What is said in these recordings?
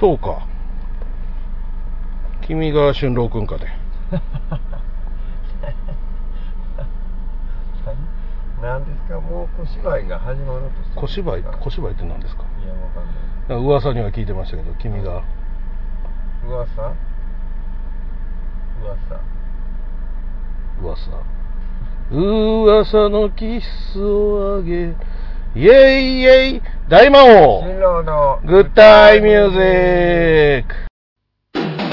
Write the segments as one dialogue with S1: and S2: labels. S1: そうか君が俊郎君かね
S2: 何ですかもう小芝居が始まろうとしてる
S1: 小芝居小芝居って何ですか
S2: いやわかんない
S1: なんか噂には聞いてましたけど君が
S2: 噂噂
S1: 噂噂のキスをあげイエイイエイ大魔王
S2: 新郎の
S1: グッタイミュージック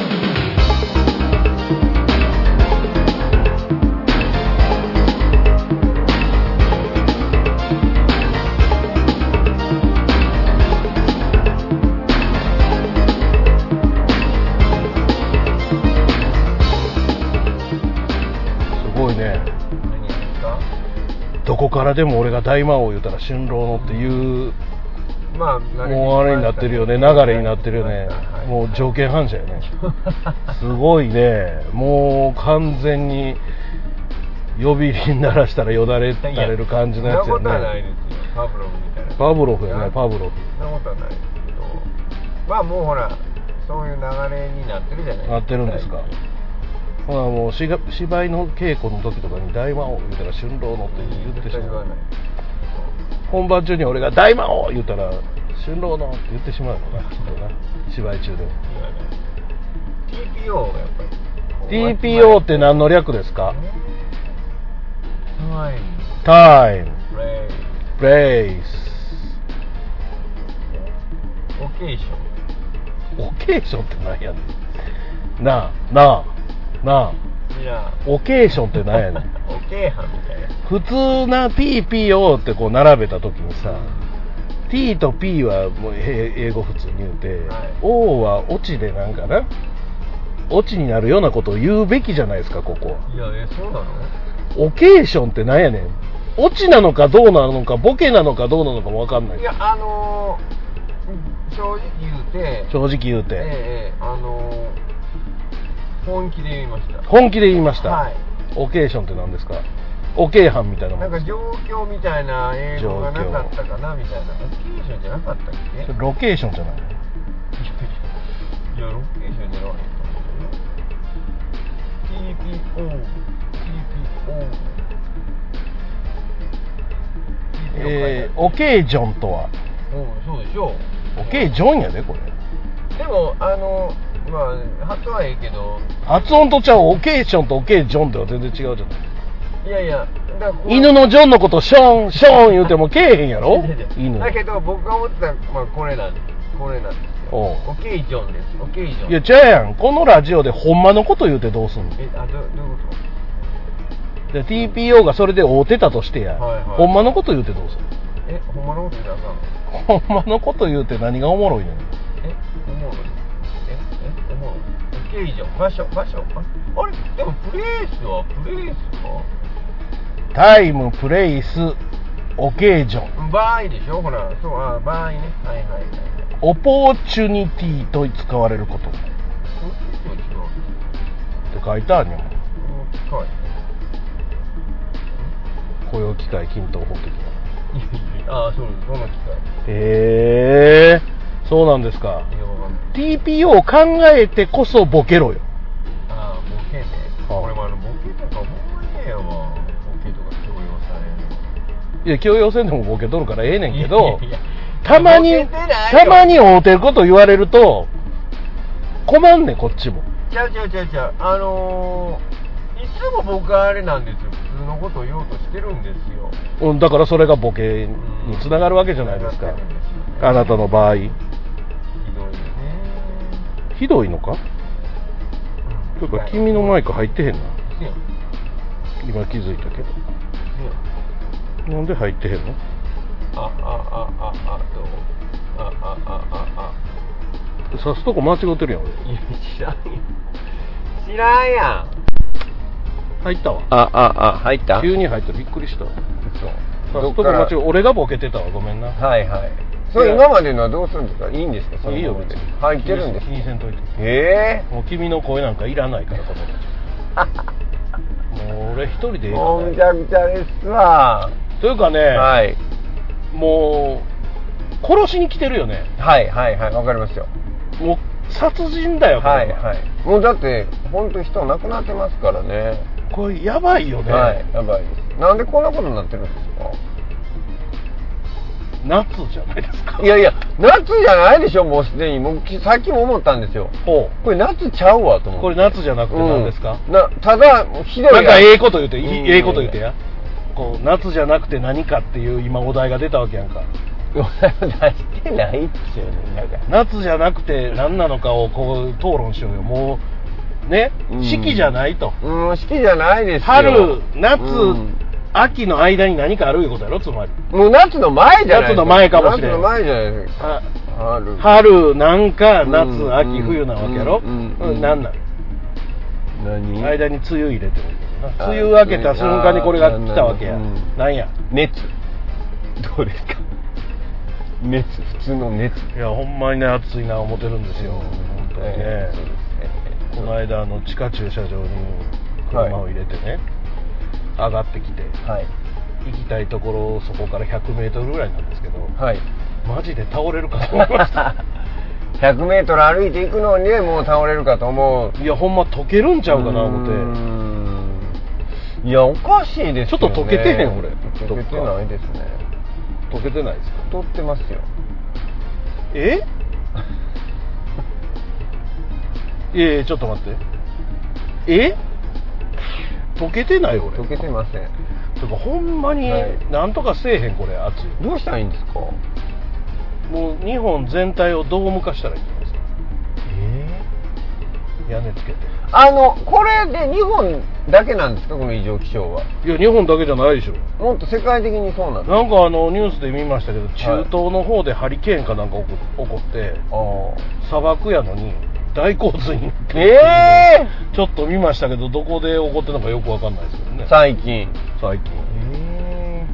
S1: すごいね
S2: 何ですか
S1: どこからでも俺が大魔王言うたら新郎のっていう
S2: まあ
S1: もうあれになってるよね流れになってるよねもう 条件反射よねすごいねもう完全に呼び鈴鳴らしたらよだれ垂れる感じのやつ
S2: そ
S1: よ
S2: んなことはない
S1: ね
S2: ですよパブロフみたいな
S1: パブロフやねパブロフ
S2: そんなことはないですけどまあもうほらそういう流れになってるじゃない
S1: なってるんですかほらもうしが芝居の稽古の時とかに大魔王言うたら春郎のって言って
S2: 絶
S1: し
S2: 対言
S1: ま
S2: わ
S1: う
S2: ない
S1: 本番中に俺が大魔王言うたら春郎のって言ってしまうのがきっとな芝居中でも
S2: 言わない TPO がやっぱり
S1: TPO って何の略ですか
S2: はい
S1: タイム
S2: プレイ
S1: プレイス
S2: オケーション
S1: オケーションって何やねんなあなあなあ
S2: じゃあ
S1: オケーションって何やねん
S2: オケーハンみたいな
S1: 普通な TPO ってこう並べた時にさ T と P はもうへ英語普通に言うて、
S2: はい
S1: O はオチでなんかなオチになるようなことを言うべきじゃないですかここはい
S2: やえそうなの
S1: オケーションって何やねんオチなのかどうなのかボケなのかどうなのかも分かんない
S2: いやあのーうん正直言うて
S1: 正直言うて、
S2: ええええあのー本気で言いました
S1: 本気で言いました、
S2: はい
S1: オケーションって何ですかオケー班みたいなも
S2: なんん
S1: で
S2: か
S1: す
S2: 状況みたいな英語がなかったかなみたいなロケーションじゃなかったっけいや
S1: かロケーションじゃない
S2: ロケーションじゃなかったんだよ TPO TPO
S1: えー、オケージョンとは
S2: うんそうでしょ
S1: オケージョンやでこれ
S2: でもあのまあ発はええけど
S1: 発音とちゃうオケーションとオケージョンでは全然違うじゃない
S2: いやいやだからこう
S1: 犬のジョンのことショーンショーン言うてもけえへんや ろ
S2: いやいや
S1: 犬
S2: だけど僕が思ってたまあこれなんですこれなんですよ
S1: おう
S2: オケージョンですオケージョン
S1: いやちゃうやんこのラジオでほんまのこと言うてどうすんの
S2: えあどどういうこ
S1: で TPO がそれで会うてたとしてや、
S2: はいはい
S1: ほんまのこと言うてどうすんの
S2: とえほんまのこと言うたらあかんの
S1: ほんまのこと言うて何がおもろいねん
S2: えおもろいええおもろいオケージョン場所場所場所あれでもプレイスはプレイスは
S1: タイムプレイスオケージョン
S2: 場合でしょほらそうあ場合ねはいはいはいはい
S1: オポーチュニティと使われることって
S2: オケージョン違う
S1: 書いてあるよ
S2: うん近い
S1: 雇用機会均等法的ない
S2: やいやああそうですその機会
S1: へえそうなんですか
S2: いやわかんない
S1: TPO を考えてこそボケろよ
S2: ああボケね
S1: ああ
S2: 俺もあのボケとかほんまにええわボケとか強要される
S1: いや強要せんでもボケとるからええねんけ
S2: の
S1: ど
S2: いやいや
S1: たまに
S2: ボケてないよ
S1: たまに会うてること言われると困んねんこっちも
S2: ちゃうちゃうちゃうちゃうあのー、いつも僕はあれなんですよ普通のことを言おうとしてるんですよ
S1: うんだからそれがボケにつながるわけじゃないです
S2: 繋
S1: か
S2: がってるんですよね
S1: あなたの場合
S2: ひどいよね
S1: ひどいのかというか君のマイク入ってへんな
S2: うんせや
S1: 今気づいたけど
S2: せや
S1: なんで入ってへんの
S2: あああああどうあああああ
S1: 刺すとこ間違ってるやん俺
S2: いや知らんやん知らんやん
S1: 入ったわ
S2: あああ入った
S1: 急に入ったびっくりした
S2: そう
S1: 刺すとこ間違え俺がボケてたわごめんな
S2: はいはいそれ今までのはどうするんですかいいんですかその
S1: いいよ
S2: まま
S1: 別
S2: で
S1: に
S2: 入ってるんです
S1: 気にせんといて
S2: へ
S1: もう君の声なんかいらないからこ の子もう俺一人でいい
S2: えもう
S1: か
S2: ぐちゃぐちゃですわ、
S1: というかね、
S2: はい、
S1: もう殺しに来てるよね
S2: はいはいはいわかりますよ
S1: もう殺人だよこれ
S2: はいはいもうだって本当人亡くなってますからね
S1: これやばいよね、
S2: はいやばいなんでこんなことになってるんですか
S1: 夏じゃないですか
S2: いやいや夏じゃないでしょもうすでにもうきさっきも思ったんですよ
S1: ほ
S2: これ夏ちゃうわと
S1: う
S2: 思って
S1: これ夏じゃなくて何ですか、
S2: うんなただひどい
S1: なんかええこと言うて、いい
S2: うん
S1: ええこと言うてやこう夏じゃなくて何かっていう今お題が出たわけやんか
S2: 出してないっすよねなんか
S1: 夏じゃなくて何なのかをこう討論しようよもうね
S2: うん
S1: 四季じゃないと、
S2: うん好きじゃないですよ
S1: 春夏、
S2: うん
S1: 秋の間に何かあるいうことやろつまり
S2: もう夏の前じゃない
S1: 夏
S2: です
S1: の前かもしれん
S2: 夏の前じゃないですか
S1: は
S2: 春
S1: 春なんか夏、
S2: うん
S1: 秋冬なわけやろ、
S2: う
S1: うんん
S2: うん
S1: なんなん
S2: 何
S1: 間に梅雨入れてるんだ
S2: あ
S1: な梅雨明けた瞬間にこれが来たわけや
S2: あー
S1: なんや
S2: 熱どうですか熱普通の熱
S1: いやほんまにね暑いな思ってるんですよ本当にね、
S2: ええ
S1: この間あの地下駐車場に車を入れてね、上がってきて
S2: はい
S1: 行きたいところそこから 100m ぐらいなんですけど
S2: はい
S1: マジで倒れるかと思いました
S2: 100m 歩いていくのにねもう倒れるかと思う
S1: いやほんま溶けるんちゃうかな思
S2: う
S1: って
S2: ーんいやおかしいですよね
S1: ちょっと溶けてへん俺
S2: 溶けてないですね
S1: 溶けてないですか
S2: 太ってますよ
S1: え いやいやちょっと待ってえ溶けてない俺
S2: 溶けてません
S1: てかほんまに
S2: はい
S1: なんとかせえへんこれ暑い
S2: どうしたらいいんですか
S1: もう日本全体をドーム化したらいいんですよ屋根つけて
S2: あのこれで日本だけなんですかこの異常気象はい
S1: や日本だけじゃないでしょ
S2: もっと世界的にそうなんですか
S1: なんかあのニュースで見ましたけど中東の方でハリケーンかなんか起こ起こって
S2: あ
S1: 砂漠やのに大洪水になって
S2: あえ
S1: ちょっと見ましたけどどこで起こってるのかよくわかんないですけど
S2: え
S1: ね
S2: 最近
S1: 最近
S2: え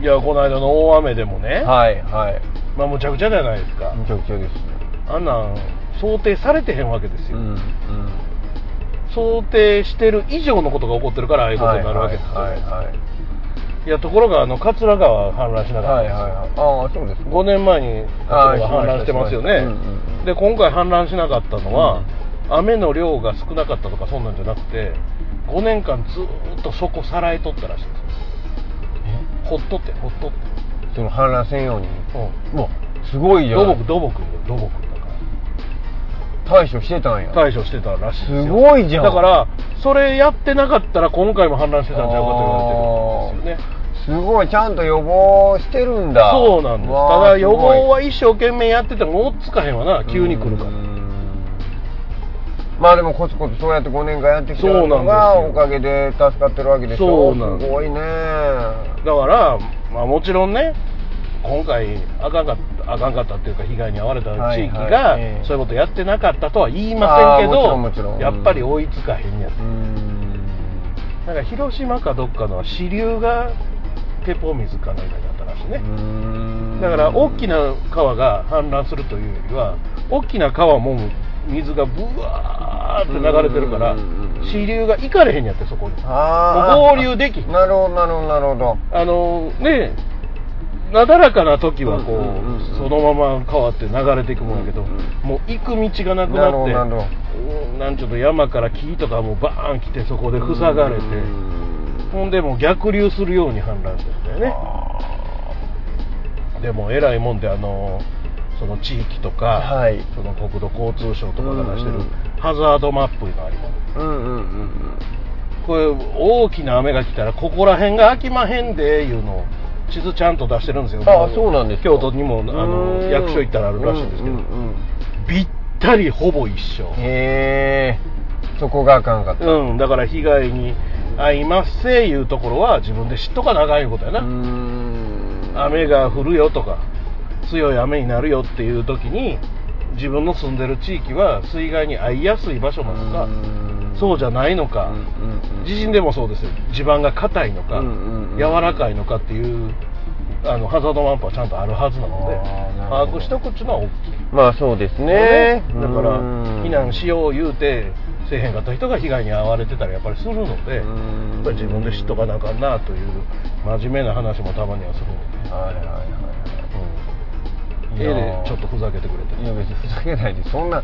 S1: いやこの間の大雨でも
S2: え
S1: ね、
S2: はいはい
S1: まあむちゃくちゃじゃないですか
S2: めちゃくちゃですね
S1: あんなん想定されてへんわけです
S2: う
S1: よ、
S2: んうん
S1: 想定してる以上のことが起こってるからああいうことになるわけですよ、
S2: はいいはいはい
S1: やところがあの桂川氾濫しなか
S2: は
S1: ったん
S2: いはい
S1: ですよ、
S2: はいああそうですね
S1: 5年前に
S2: あー
S1: 氾濫してますよね、
S2: しましたしましたうんうん
S1: で今回氾濫しなかったのは、雨の量が少なかったとかそんなんじゃなくて5年間ずーっとそこさらえとったらしいんですよほっとってほっとって、
S2: その氾濫せんように
S1: うん、
S2: うわすごいじゃ
S1: 土
S2: ん
S1: 木土木土木だから
S2: 対処してたんや
S1: 対処してたらしいですよ
S2: すごいじゃん
S1: だからそれやってなかったら今回も氾濫してたんちゃうかと言われてるんですよね
S2: すごいちゃんと予防してるんだ
S1: そうなんです
S2: わあ
S1: ただ予防は
S2: す
S1: 一生懸命やってても追っつかへんわな
S2: ごい
S1: 急に来るか
S2: う
S1: ら
S2: んまあでもコツコツそうやって5年間やってきた
S1: そ
S2: の
S1: うなんです
S2: が
S1: よ
S2: おかげで助かってるわけでし
S1: そ
S2: ょ
S1: うなんです
S2: すごいね
S1: だから、まあ、もちろんね今回あかんかったあかんかったっていうか被害に遭われた
S2: はい
S1: 地域
S2: は
S1: が
S2: いええ
S1: そういうことやってなかったとは言いませんけ
S2: あーもちろんも
S1: ど
S2: ちろ
S1: や
S2: ん
S1: っぱり追いつかへんやつ
S2: うん
S1: なんか広島かどっかの支流がテポ水かなんかだったらしいね
S2: うん
S1: だから大きな川が氾濫するというよりは大きな川も水がブワーって流れてるから
S2: うん
S1: 支流が行かれへんやってそこに
S2: あ
S1: も
S2: ー
S1: う合流できひん
S2: なるほどなるほどなるほど
S1: あのねなだらかな時はこう,、
S2: うんうんうんうん
S1: そのまま川って流れていくもんやけど、
S2: うんうん
S1: もう行く道がなく
S2: なるほどな
S1: な
S2: るほ
S1: っ
S2: ど
S1: てうんなんちょっと山から木とかもうバーン来てそこで塞がれて
S2: うん
S1: ほんでもう逆流するように氾濫してるんだよねでも偉いもんであのその地域とか、
S2: はい
S1: その国土交通省とかが出して
S2: うん
S1: る
S2: うん
S1: ハザードマップいうのあります
S2: うんうんうん
S1: これ大きな雨が来たらここら辺が空きまへんでいうのを地図ちゃんと出してるんですよ
S2: ああそうなんですか
S1: 京都にもあの
S2: うん
S1: 役所行ったらあるらしいんですけど、
S2: ううんうん
S1: ぴったりほぼ一緒
S2: へえそこがあかんかった
S1: うんだから被害に遭いますせいうところは自分で知っとかなあかんいうことやな、
S2: うーん
S1: 雨が降るよとか強い雨になるよっていう時に自分の住んでる地域は水害に遭いやすい場所なのか、そうじゃないのか、地震でもそうですよ地盤が硬いのか、
S2: うんうんうん
S1: 柔らかいのかっていうあのハザードマップはちゃんとあるはずなので
S2: あーなるほど
S1: 把握しておくっていうのは大きい
S2: まあそうですね
S1: だから避難し
S2: よ
S1: よう言うてせえへんかった人が被害に遭われてたらやっぱりするのでや
S2: うん
S1: っぱり自分で知っとかなあかんなという真面目な話もたまにはするので、
S2: はいはいはいは
S1: うん
S2: いい
S1: 絵でちょっとふざけてくれて
S2: いや別にふざけないでそんな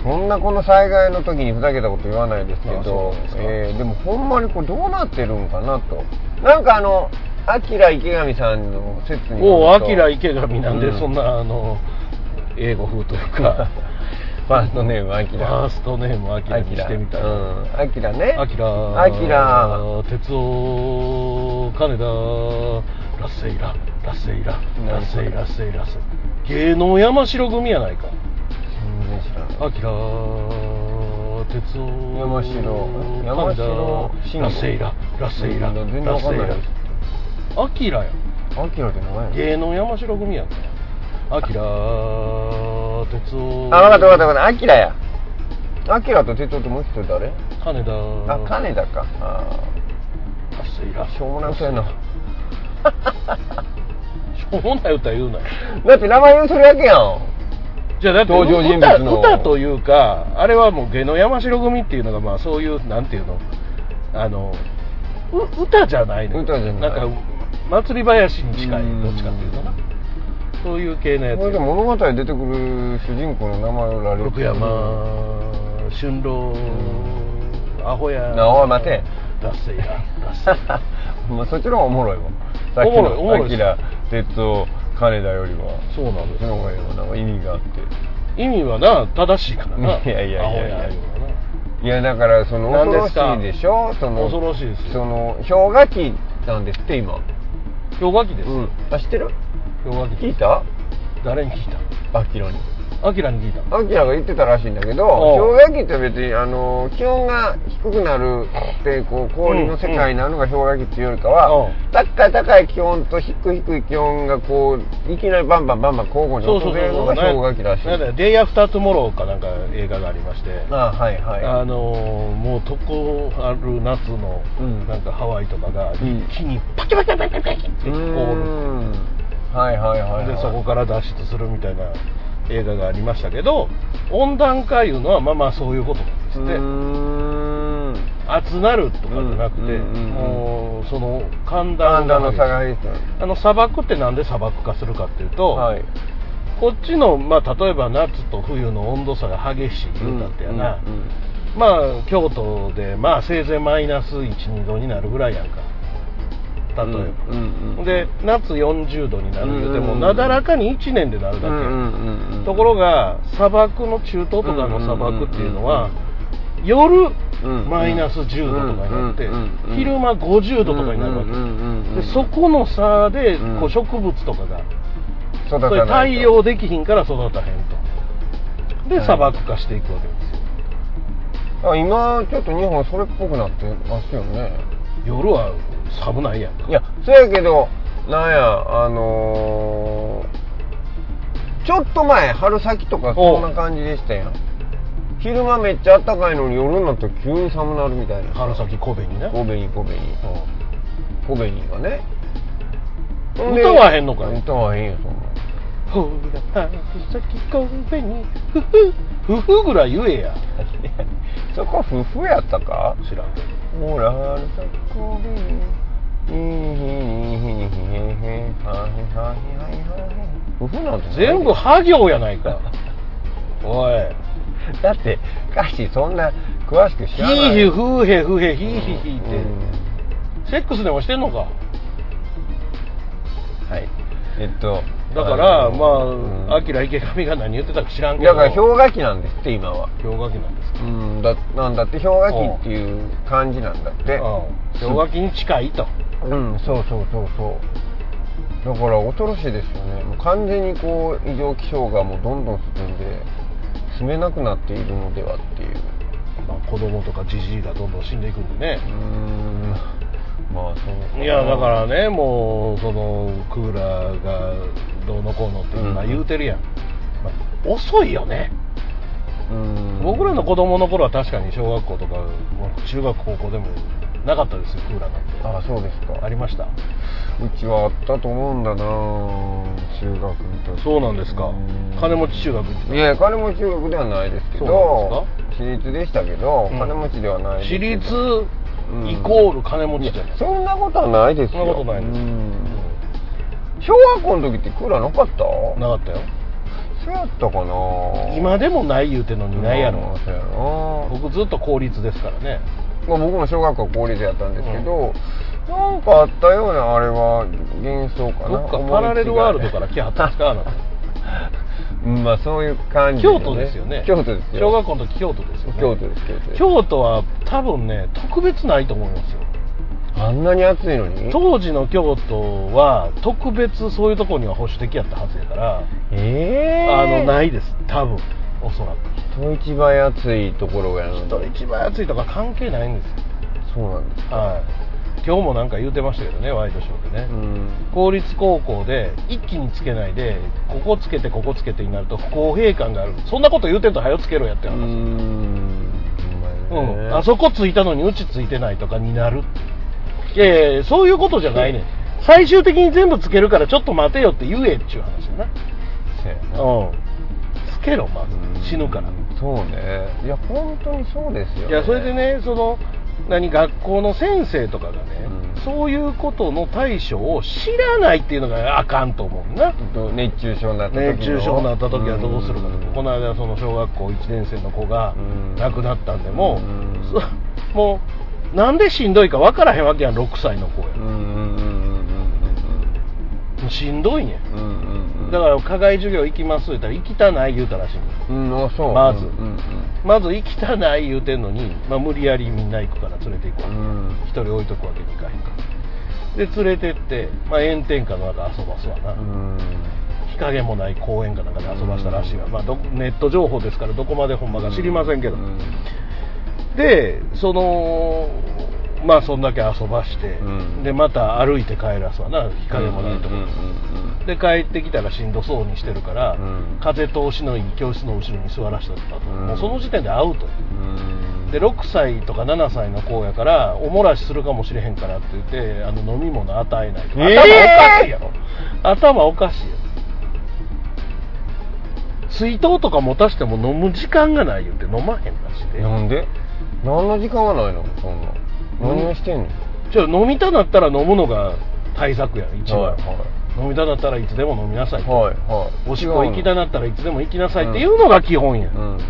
S2: そんなこの災害の時にふざけたこと言わないですけ
S1: ああそう
S2: ど
S1: なんですか
S2: えーでもほんまにこれどうなってるんかなとなんかあのアキラ池上さんの説によると
S1: おお、アキラ池上なんで、
S2: う
S1: そんな、あの、英語風というか、
S2: ファーストネームアキラ
S1: ファーストネームアキラにしてみたい。
S2: うんアキラね
S1: アキラ、
S2: アキラ
S1: 鉄夫、金田、ラッセイラ、ラッセイラ、ラッセイラッセイラッセイ。芸能山城組やないか。
S2: 全然知らない
S1: アキラ、鉄夫、
S2: 山城山城
S1: 金田ラッセイラ、ラッセイラ、
S2: 全然わ
S1: ラッ
S2: かん
S1: セイ
S2: ない
S1: ラ
S2: です。
S1: アキラや。
S2: アキラって名前なの
S1: 芸能山城組やんアキラ哲夫
S2: あ、わかったわかったわかった。アキラや。アキラと哲夫ともう一人誰
S1: 金田
S2: あ、金田か。あ
S1: あすいら
S2: ーしょうもなくやな。
S1: しょうもない歌言うなよ
S2: だって名前をするわけやん。
S1: じゃあだって
S2: 登場人物の
S1: 歌歌というかあれはもう芸能山城組っていうのがまあそういうなんていうのあのう歌じゃないのよ
S2: 歌じゃない
S1: んか祭り林に近い
S2: うん
S1: どっちかっていうとなそういう系のやつ
S2: これで物語に出てくる主人公の名前を羅列
S1: 福山春郎アホや
S2: なおい待て
S1: ラッセイララッセイラ
S2: まあそっちの方がおもろいわ。さっ
S1: お
S2: き
S1: もろいおもろい
S2: のアキラ、哲夫、金田よりは。
S1: そうなんです
S2: その方がなんか意味があって。
S1: 意味はな正しいからな
S2: いやいやいやいや
S1: アホいうのはい
S2: やだからその
S1: 何
S2: 恐
S1: で
S2: ろ
S1: すか
S2: しいでしょその
S1: 恐ろしいですよ
S2: その氷河期なんですって今
S1: 氷河期です、
S2: うんあ知ってる
S1: 氷河期
S2: 聞いた
S1: 誰に聞い
S2: アキラに
S1: たアキラに聞いた
S2: アキラが言ってたらしいんだけど
S1: おう
S2: 氷河期って別にあの気温が低くなるってこう氷の世界になるのが氷河期っていうよりか
S1: おう
S2: は高い高い気温と低い低い気温がこういきなりバンバンバンバン交互に訪れるのが氷河期らしい
S1: なんだデイアフタートゥモローかなんか映画がありまして
S2: あはいはい
S1: あのーもうとこある夏の、
S2: うん
S1: なんかハワイとかが
S2: ん
S1: 一気にパキパキパキパキパキって
S2: うー
S1: 凍る
S2: んはいはいはい、はい、
S1: でそこから脱出するみたいな映画がありましたけど温暖化いうのはまあまあそういうことなんです
S2: う
S1: って
S2: ーん
S1: 暑なるとかじゃなくて、
S2: うんうんうんうん
S1: もうその寒暖
S2: 寒暖の差
S1: が
S2: が激しい
S1: あの砂漠ってなんで砂漠化するかっていうと、
S2: はい
S1: こっちの、まあ、例えば夏と冬の温度差が激しい言うたってやな、
S2: うんうん
S1: まあ京都で、まあ、せいぜいマイナス12度になるぐらいやんか例えば、
S2: うんうんうん
S1: で夏40度になるよでも
S2: うんうん
S1: なだらかに1年でなるだけやん、ところが砂漠の中東とかの砂漠っていうのは、夜
S2: うん
S1: マイナス10度とかになって、
S2: うんうんうん
S1: 昼間50度とかになるわけ、
S2: うんうんうんうん
S1: でそこの差で
S2: うん
S1: こう植物とかが、
S2: 育
S1: そ
S2: た
S1: れ
S2: ない
S1: 対応できひんから育たへんとで
S2: はい
S1: 砂漠化していくわけですよ
S2: あ今ちょっと日本それっぽくなってますよね
S1: 夜は寒ないやんか
S2: いやそやけどなんやあのーちょっと前春先とか
S1: お
S2: そんな感じでしたやん昼間めっちゃ暖かいのに夜になったら急に寒なるみたいな
S1: 春先神戸にね
S2: 神戸に神戸に神戸にがね
S1: 歌わへんのかい
S2: 歌わへんよそんな
S1: ほら春先神戸にふふふふぐらい言えや
S2: そこ夫婦やったか
S1: 知らんけど
S2: ほらあるさこびいいいいいいいいいいいいいはいはいはいはい夫婦なんて
S1: 全部ハ行やない かおい
S2: だって歌詞そんな詳しく
S1: ヒ
S2: 知らない
S1: ーヒーフーヘフヘヒーヒーヒーって、
S2: うん
S1: セックスでもしてんのか
S2: はいえっと
S1: だからまあア
S2: 秋
S1: キラ池上が何言ってたか知らんけ
S2: だ
S1: ど
S2: から氷河期なんですって今は
S1: 氷河期なんです
S2: うんだなんだって氷河期っていう感じなんだって
S1: うん氷河期に近いと
S2: うんそうそうそうそうだから恐ろしいですよねもう完全にこう異常気象がもうどんどん進んで住めなくなっているのではっていう
S1: まあ、子供とかじじいがどんどん死んでいくんで
S2: うー
S1: ね
S2: んまあそうかない
S1: やだからねもうそのクーラーがどうのこうのって今
S2: うん
S1: 言うてるやん、まあ遅いよね
S2: うん
S1: 僕らの子供の頃は確かに小学校とかもう中学高校でもなかったですよクーラーなんて
S2: ああそうですか
S1: ありました
S2: うちはあったと思うんだな中学の時
S1: そうなんですか
S2: うん
S1: 金持ち中学行って
S2: いや金持ち中学ではないですけ
S1: そう
S2: ど
S1: なん
S2: 私立でしたけど、
S1: うん
S2: 金持ちでは
S1: た
S2: ないです
S1: 私
S2: けど
S1: 立イコール金持ちじゃない
S2: そんなことはないですよ
S1: そんなことないです
S2: うん小学校の時ってクーラーなかった
S1: なかったよ
S2: そうやったかな
S1: 今でもない言うてんのにないや
S2: ま
S1: ろ
S2: あそうやろな
S1: 僕ずっと公立ですからね
S2: まあ、僕も小学校公立やったんですけど、なんかあったようなあれは幻想か
S1: ど
S2: な
S1: っかパラレルワールドから来はったんですかあ なた
S2: たまあそういう感じ、
S1: 京都ですよね
S2: 京都ですよ
S1: 小学校の時京都ですよね
S2: 京都です京都です
S1: 京都は多分ね特別ないと思いますよ
S2: あんなに暑いのに
S1: 当時の京都は特別そういうとこには保守的やったはずやから、
S2: ええ
S1: あのないいです多分おそらく
S2: 人一倍暑いところやの
S1: 人一番暑いとか関係ないんですよ
S2: そうなんです
S1: はい今日もなんか言うてましたけどねワイドショーでね、
S2: うん
S1: 公立高校で一気につけないでここつけてここつけてになると不公平感があるそんなこと言うてんと早つけろやって
S2: う
S1: 話、うん
S2: んほまやね
S1: あそこついたのにうちついてないとかになるいやいやそういうことじゃないねん最終的に全部つけるからちょっと待てよって言えっちゅう話やな
S2: そうやな
S1: うんつけろま
S2: うん
S1: ず死ぬから
S2: そうねいや本当にそうですよ、ね、
S1: いやそれでねその何学校の先生とかがね、
S2: うん
S1: そういうことの対処を知らないっていうのがあかんと思うな
S2: ど熱中症になった時の
S1: 熱中症になった時はどうするかと
S2: うん
S1: この間その小学校1年生の子が
S2: うん
S1: 亡くなったんでも
S2: うん
S1: そ もうなんでしんどいか分からへんわけやん6歳の子や
S2: うんうん
S1: もうしんどいね
S2: うんうんうんうんうん
S1: んだから課外授業行きます言ったら行きたない言うたらしいねん
S2: うんあそう
S1: まず
S2: うん
S1: まず行きたない言うてんのに、まあ、無理やりみんな行くから連れて行くわ
S2: う
S1: け
S2: んうん
S1: 一人置いとくわけにいかへんからで連れてって、まあ、炎天下の中遊ばすわな、
S2: うん
S1: 日陰もない公園かなんかで遊ばしたらしいわ、まあ、どネット情報ですからどこまでほんまか知りませんけど、
S2: うん
S1: でそのまあそんだけ遊ばして、
S2: うん
S1: でまた歩いて帰らすわな日陰もないとこ、
S2: うんうん
S1: で帰ってきたらしんどそうにしてるから、
S2: うん
S1: 風通しのいい教室の後ろに座らせたと、
S2: うん
S1: もうその時点でアウト
S2: うん
S1: で6歳とか7歳の子やからお漏らしするかもしれへんからって言ってあの飲み物与えないとか、
S2: えー
S1: 頭おかしいやろ頭おかしいやろ水筒とか持たしても飲む時間がない言って飲まへんらしい
S2: え
S1: で
S2: なんで何の時間はないのそんな何をしてんの
S1: じゃあ飲みたなったら飲むのが対策やん一番、
S2: はい
S1: 飲みたなったらいつでも飲みなさい、
S2: はいはい
S1: おしっこ行きた
S2: な
S1: なったらいつでも行きなさいっていうのが基本や、、
S2: うんんう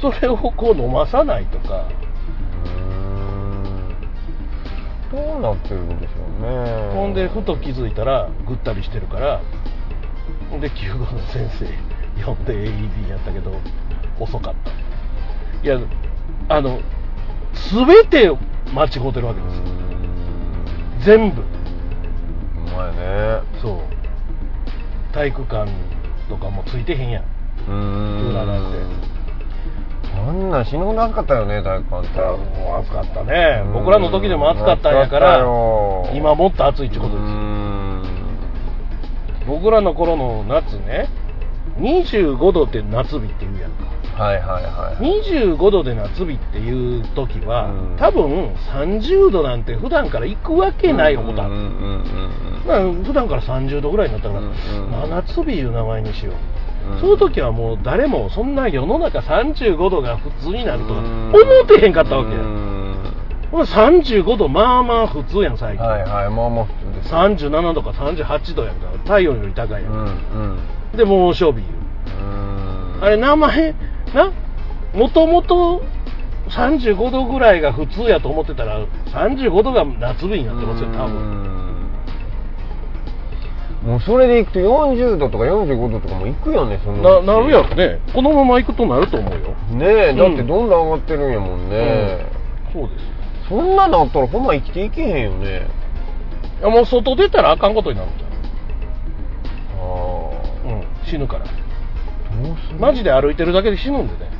S1: それをこう飲まさないとか
S2: んどうなってるんでしょうね
S1: ほんでふと気づいたらぐったりしてるからほんで救護の先生呼んで AED やったけど遅かったいやあの全て間違うてるわけですよ全部
S2: うまいね
S1: そう体育館とかもついてへんやん
S2: うーん
S1: 空なんて
S2: あんなん死ぬほど暑かったよね体育館って
S1: もう暑かったね僕らの時でも暑かったんやから今もっと暑い
S2: い
S1: っちゅうことですよ僕らの頃の夏ね25度って夏日って言うやんか
S2: はいはいはい
S1: 25度で夏日っていう時は、
S2: うん
S1: 多分30度なんて普段から行くわけない思った、
S2: うんうんうん
S1: まあ普段から30度ぐらいになったから、
S2: うんうん
S1: 真夏日いう名前にしよう、
S2: うん
S1: その時はもう誰もそんな世の中35度が普通になるとは
S2: うん
S1: 思ってへんかったわけや、
S2: うん
S1: まあ35度まあまあ普通やん最近、
S2: はいはいまあまあ普通ですよ
S1: 37度か38度やんか太陽より高いや
S2: うん
S1: ん、
S2: うん
S1: で猛暑日言う
S2: うん
S1: あれ名前なもともと35度ぐらいが普通やと思ってたら35度が夏日になってますよ多分
S2: うんもうそれでいくと40度とか45度とかもいくよねそん
S1: な
S2: うち
S1: なるやろねこのまま行くとなると思うよ
S2: ねえだってど
S1: うん
S2: んどん上がってるんやもんね、
S1: そうです
S2: そんなのあったらほんま生きていけへんよね
S1: いやもう外出たらあかんことになるんじ
S2: あ
S1: ゃん、うん、死ぬから
S2: あどうする
S1: マジで歩いてるだけで死ぬんでね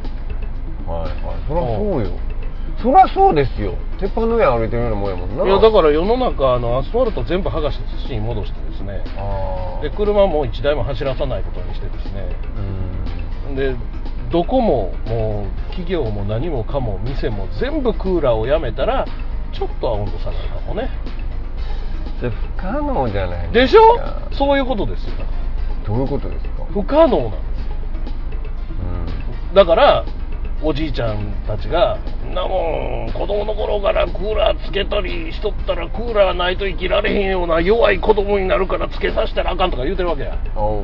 S2: はいはいそりゃそうよそりゃそうですよ鉄板の上歩いてるようなもんやもんない
S1: いやだから世の中あのアスファルト全部剥がして土に戻してですね
S2: ああ
S1: で車も1台も走らさないことにしてですね
S2: うん
S1: でどこももう企業も何もかも店も全部クーラーをやめたらちょっとは温度下がるかもね
S2: それ不可能じゃない
S1: でし
S2: す
S1: ょ
S2: か
S1: そういうことですよ
S2: どういうことですか
S1: 不可能なんですよだからおじいちゃんたちが「んなもん子供の頃からクーラーつけたりしとったらクーラーないと生きられへんような弱い子供になるからつけさせたらあかん」とか言うてるわけや
S2: うんおう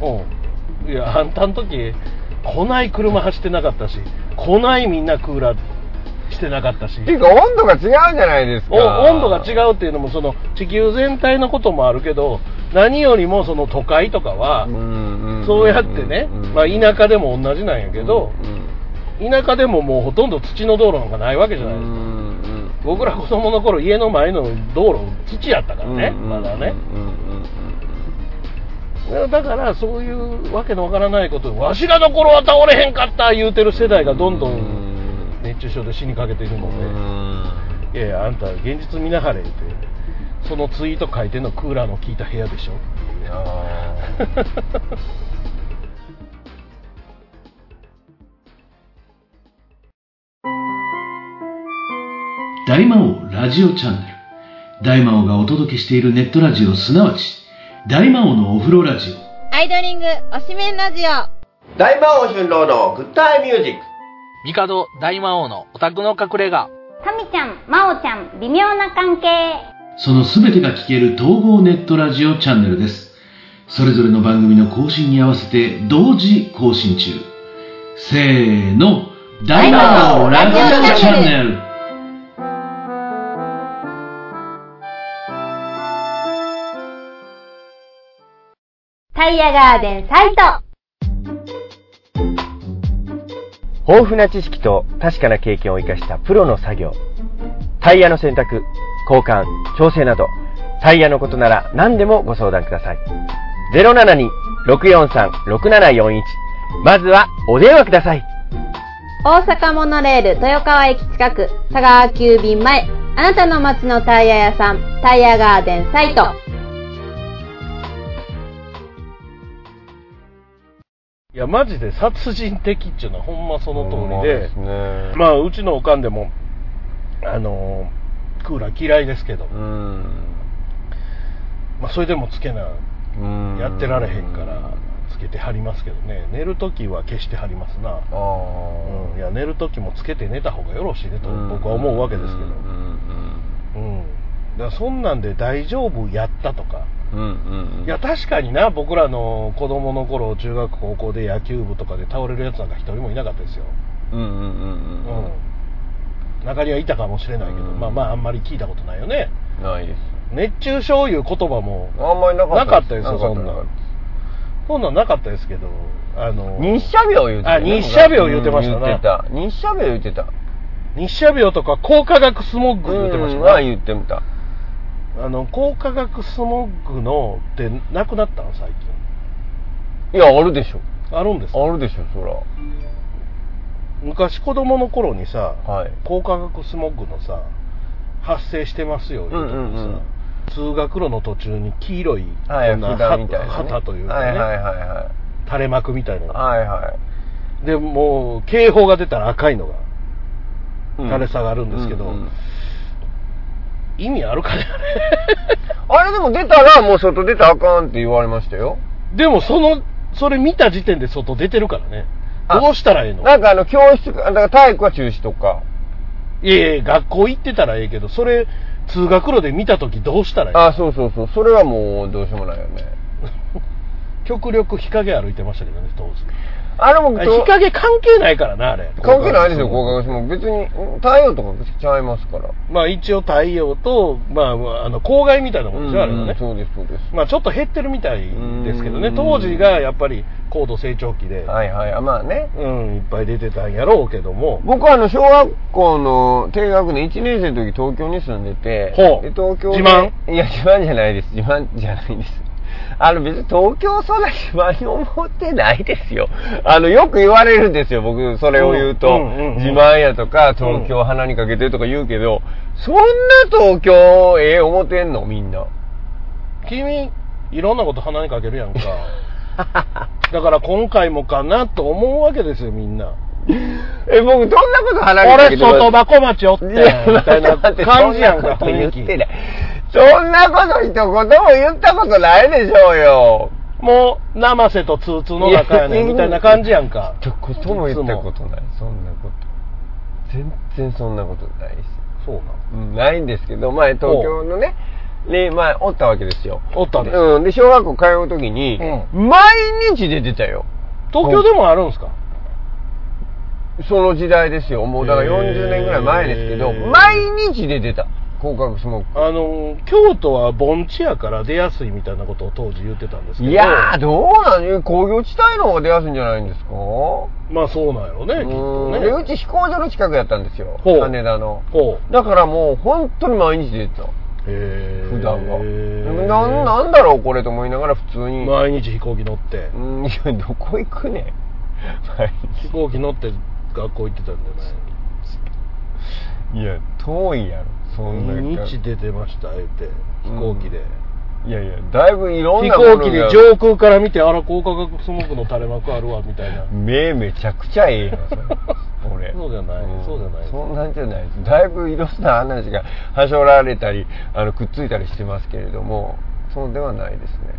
S2: おう
S1: いやあんたの時来ない車走ってなかったし来ないみんなクーラーしてなかったし
S2: っていうか温度が違うじゃないですか
S1: お温度が違うっていうのもその地球全体のこともあるけど何よりもその都会とかはそうやってね、まあ、田舎でも同じなんやけど、田舎でももうほとんど土の道路なんかないわけじゃないですか僕ら子供の頃家の前の道路土やったからねまだねだからそういうわけのわからないことでわしらの頃は倒れへんかった言うてる世代がどんどん熱中症で死にかけているので、いやいやあんた現実見なはれってそのツイート書いてんのクーラーの効いた部屋でしょ
S3: 大魔王ラジオチャンネル大魔王がお届けしているネットラジオすなわち大魔王のお風呂ラジオ
S4: アイドリングおしめんラジオ
S5: 大魔王春郎のグッタイミュージック。
S6: 帝大魔王のオタクの隠れ家
S7: タミちゃん、マオちゃん、微妙な関係。
S3: そのすべてが聞ける統合ネットラジオチャンネルです。それぞれの番組の更新に合わせて同時更新中。せーの、大魔王ラジオチャンネル。
S7: タイヤガーデンサイト
S8: 豊富な知識と確かな経験を生かしたプロの作業タイヤの選択交換調整などタイヤのことなら何でもご相談ください072-643-6741まずはお電話ください
S4: 大阪モノレール豊川駅近く佐川急便前あなたの街のタイヤ屋さんタイヤガーデンサイト
S1: いやマジで殺人的っていうのはほんまその通りで
S2: ほんまですね
S1: まあうちのおかんでもあのークーラー嫌いですけど、まあ、それでもつけな
S2: うん
S1: やってられへんからつけてはりますけどね寝るときは消してはりますな
S2: ああ
S1: うん、いや寝る時もつけて寝た方がよろしいねと僕は思うわけですけど、うん、だからそんなんで大丈夫やったとか、いや確かにな僕らの子供の頃中学高校で野球部とかで倒れるやつなんか一人もいなかったですよ、うん、中にはいたかもしれないけど、
S2: うん
S1: まあまああんまり聞いたことないよね
S2: ないです
S1: 熱中症いう言葉も
S2: あんまりなかった
S1: なかったですよそんなん
S2: かった
S1: そんなんなかったですけどあの
S2: 日射病言うてたね、
S1: あ日射病言うてましたな
S2: うん言ってた日射病言うてた
S1: 日射病とか高化学スモッグ言ってましたね
S2: うんは言ってみた
S1: あの高化学スモッグのってなくなったの最近
S2: いやあるでしょ
S1: あるんですか
S2: あるでしょそら
S1: 昔子供の頃にさ、
S2: はい
S1: 高化学スモッグのさ発生してますよいうとこにさ、
S2: うんうんうん
S1: 通学路の途中に黄色い
S2: はい
S1: こんな
S2: 札みたいな、ね、
S1: 旗というか
S2: はい
S1: ね、
S2: はいはいは
S1: 垂れ幕みたいないの
S2: はいはい
S1: でもう警報が出たら赤いのが
S2: うん
S1: 垂れ下がるんですけど、
S2: ううん
S1: 意味あるかねあれ
S2: あれでも出たらもう外出たらあかんって言われましたよ
S1: でもそのそれ見た時点で外出てるからね
S2: あ
S1: どうしたらええの
S2: なんかあの教室だから体育は中止とか
S1: いやいや学校行ってたらええけどそれ通学路で見た時どうしたらええの
S2: あそうそうそうそれはもうどうしようもないよね
S1: 極力日陰歩いてましたけどね当時
S2: あれも
S1: あ日陰関係ないからなあれ
S2: 関係ないですよ、高架橋も。別に、太陽とかちゃいますから。
S1: まあ一応太陽と、まあまあ、あの郊外みたいなもんでしょ、あれはね、
S2: そうです、そうです。
S1: まあ、ちょっと減ってるみたいですけど
S2: う
S1: ね
S2: ん
S1: 当時がやっぱり高度成長期で、
S2: はいはい。あまあね。
S1: うん、いっぱい出てたんやろうけども
S2: 僕はあの、小学校の低学年1年生の時、東京に住んでて、
S1: ほう
S2: で東京で
S1: 自慢
S2: いや、自慢じゃないです。自慢じゃないです。あの、別に東京そんな自慢に思ってないですよ。あの、よく言われるんですよ、僕、それを言うと。
S1: うんうんうんうん
S2: 自慢やとか、東京鼻にかけてるとか言うけど、そんな東京、ええ思ってんのみんな。
S1: 君いろんなこと鼻にかける やんかだから今回もかなと思うわけですよみんな
S2: え、僕、どんなこと話にかけ
S1: 俺
S2: てます
S1: 外箱町おってみ
S2: いや
S1: たいな感じやんか
S2: そんなこと言
S1: 雰囲
S2: っ
S1: 気
S2: てない。そんなこと一言も言ったことないでしょうよ。
S1: もう生瀬と通通の仲やねんみたいな感じやんか
S2: 一言も言ったことない。そんなこと。全然そんなことないし。
S1: そうなの
S2: うんないんですけど、前東京のね、で、まあ、おったわけですよ。
S1: おったんです、
S2: うん。で、小学校通うときに、毎日出てたよ。
S1: 東京でもあるんですか
S2: その時代ですよ。もうだから40年ぐらい前ですけ
S1: へ
S2: ど、
S1: ー
S2: 毎日出てた。広角スモーク。
S1: あの京都は盆地やから出やすいみたいなことを当時言ってたんですけど
S2: いやー、どうなの工業地帯の方が出やすいんじゃないんですか
S1: まあそうなんやろねきっと
S2: うん。
S1: ね
S2: で、うち飛行場の近くやったんですよ。
S1: ほう
S2: 羽田の。
S1: ほ
S2: だからもう本当に毎日出てた。
S1: うへー
S2: 普段は。なんなんだろうこれと思いながら普通に。
S1: 毎日飛行機乗って
S2: うん、いや、どこ行くねん。 毎
S1: 飛行機乗って学校行ってたんじゃない
S2: 日。いや、遠いやろ。そんな
S1: 毎日出てました言って飛行機で、
S2: いやいや、だいぶいろん
S1: 飛
S2: なもの
S1: 行
S2: が
S1: 機で上空から見てあら高化学スモークの垂れ幕あるわみたいな
S2: 目めちゃくちゃええやんそれ俺
S1: そうじゃないそうじゃない
S2: そんなんじゃないですだいぶいろんな話がはしょられたりあのくっついたりしてますけれどもそうではないですね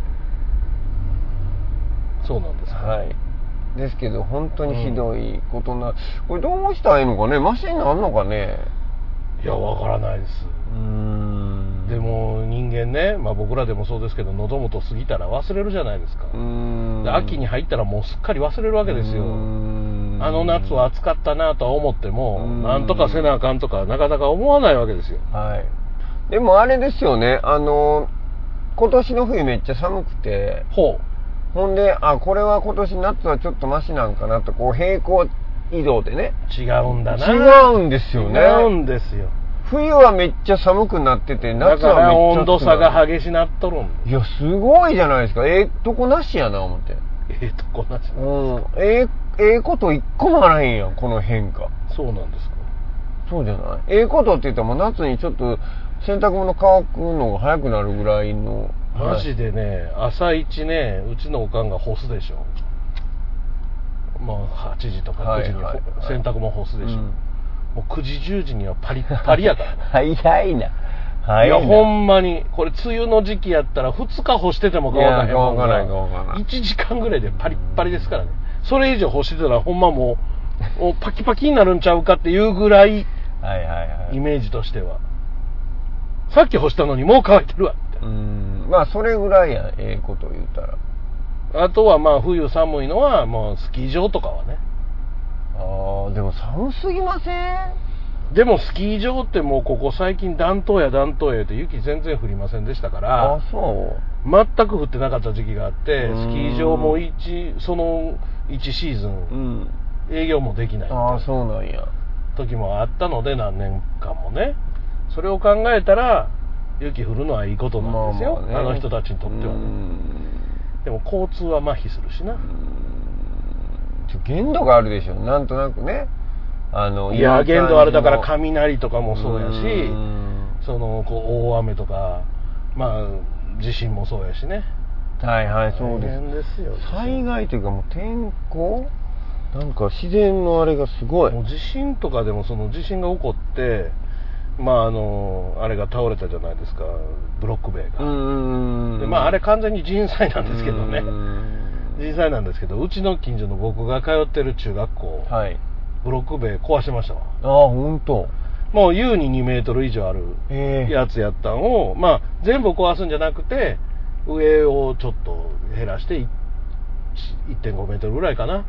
S1: そうなんです
S2: はいですけど本当にひどいことな、これどうしたらいいのかねマシになんのかね
S1: いやわからないです
S2: うん
S1: でも人間ね、まあ、僕らでもそうですけど喉元過ぎたら忘れるじゃないですか、
S2: うん
S1: で秋に入ったらもうすっかり忘れるわけですよ、
S2: うん
S1: あの夏は暑かったなとは思っても、
S2: うん
S1: なんとかせなあかんとかなかなか思わないわけですよ
S2: はいでもあれですよねあの今年の冬めっちゃ寒くて
S1: ほ
S2: ほんで、あ、これは今年夏はちょっとマシなんかなと、こう平行移動でね。
S1: う違うんだな
S2: 違うんですよね。
S1: 違うんですよ
S2: 冬はめっちゃ寒くなって
S1: だ
S2: て、夏
S1: か
S2: はめっちゃ
S1: ら温度差が
S2: い。
S1: 激しなっとるん
S2: いや、すごいじゃないですか。ええとこなしやな、思って。
S1: ええとこなし
S2: うん。ええ、ええこと一個もあらへんやん、この変化。
S1: そうなんですか
S2: そうじゃないええことって言ったらもう夏にちょっと洗濯物乾くのが早くなるぐらいの。
S1: マジでね朝一ねうちのおかんが干すでしょまあ8時とか9時にほ、
S2: はいはいはい
S1: 洗濯も干すでしょ、
S2: うん
S1: もう9時10時にはパリッパリやからね、
S2: 早いな。早
S1: い
S2: いな。
S1: やほんまにこれ梅雨の時期やったら2日干してても乾かへん
S2: いや乾かない
S1: ほんま
S2: 乾かない
S1: 1時間ぐらいでパリッパリですからねそれ以上干してたらほんまもうもうパキパキになるんちゃうかっていうぐらい
S2: はいはいはい。
S1: イメージとしてはさっき干したのにもう乾いてるわみたいうなん
S2: まあそれぐらいやええこと言うたら
S1: あとはまあ冬寒いのはもうスキー場とかはね
S2: ああでも寒すぎません
S1: でもスキー場ってもうここ最近暖冬や暖冬やって雪全然降りませんでしたから
S2: あそう
S1: 全く降ってなかった時期があって
S2: う
S1: ス
S2: ん
S1: キー場も一その1シーズ
S2: う
S1: ン
S2: ん
S1: 営業もできないみたい
S2: ああ
S1: な
S2: そうなんや
S1: 時もあったので何年間もねそれを考えたら雪降るのはいいことなんですよ、あ
S2: まあまあね
S1: の人たちにとっては
S2: う
S1: ね
S2: ん
S1: でも交通は麻痺するしな
S2: ちょ限度があるでしょなんとなくねあの
S1: いや
S2: 今
S1: 限度あれだから
S2: 感じ
S1: 雷とかもそうや
S2: の
S1: し
S2: ん
S1: そのこう大雨とかまあ地震もそうやしね
S2: はいはいそうで
S1: 大
S2: す
S1: 変ですよ
S2: 災害というかもう天候なんか自然のあれがすごい
S1: もう地震とかでもその地震が起こってまああのあれが倒れたじゃないですかブロック塀
S2: う
S1: が、
S2: ん
S1: でまああれ完全に人災なんですけどね
S2: うん
S1: 人災なんですけどうちの近所の僕が通ってる中学校、
S2: はい
S1: ブロック塀壊しましたわ
S2: ああ本当
S1: もう優に2メートル以上ある
S2: ええ
S1: やつやったんを、まあ全部壊すんじゃなくて上をちょっと減らしてい1.5メートルぐらいかな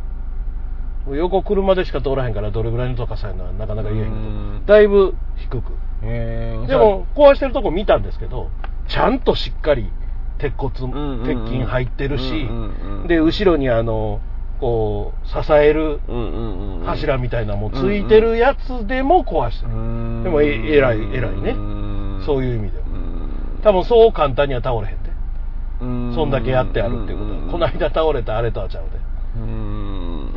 S1: 横車でしか通らへんからどれぐらいの高さやのはなかなか言えへんけど
S2: うん
S1: だいぶ低く
S2: えー
S1: でも壊してるとこ見たんですけどちゃんとしっかり鉄骨鉄
S2: んうん
S1: 筋入ってるし
S2: うんうんうん
S1: で後ろにあのこう支える
S2: うんうんうん
S1: 柱みたいなのもついてるやつでも壊して
S2: う
S1: る
S2: ん
S1: でもええらいえらいねそういう意味では多分そう簡単には倒れへんでそんだけやってあるっていうことはこの間倒れたあれとはちゃうで
S2: うん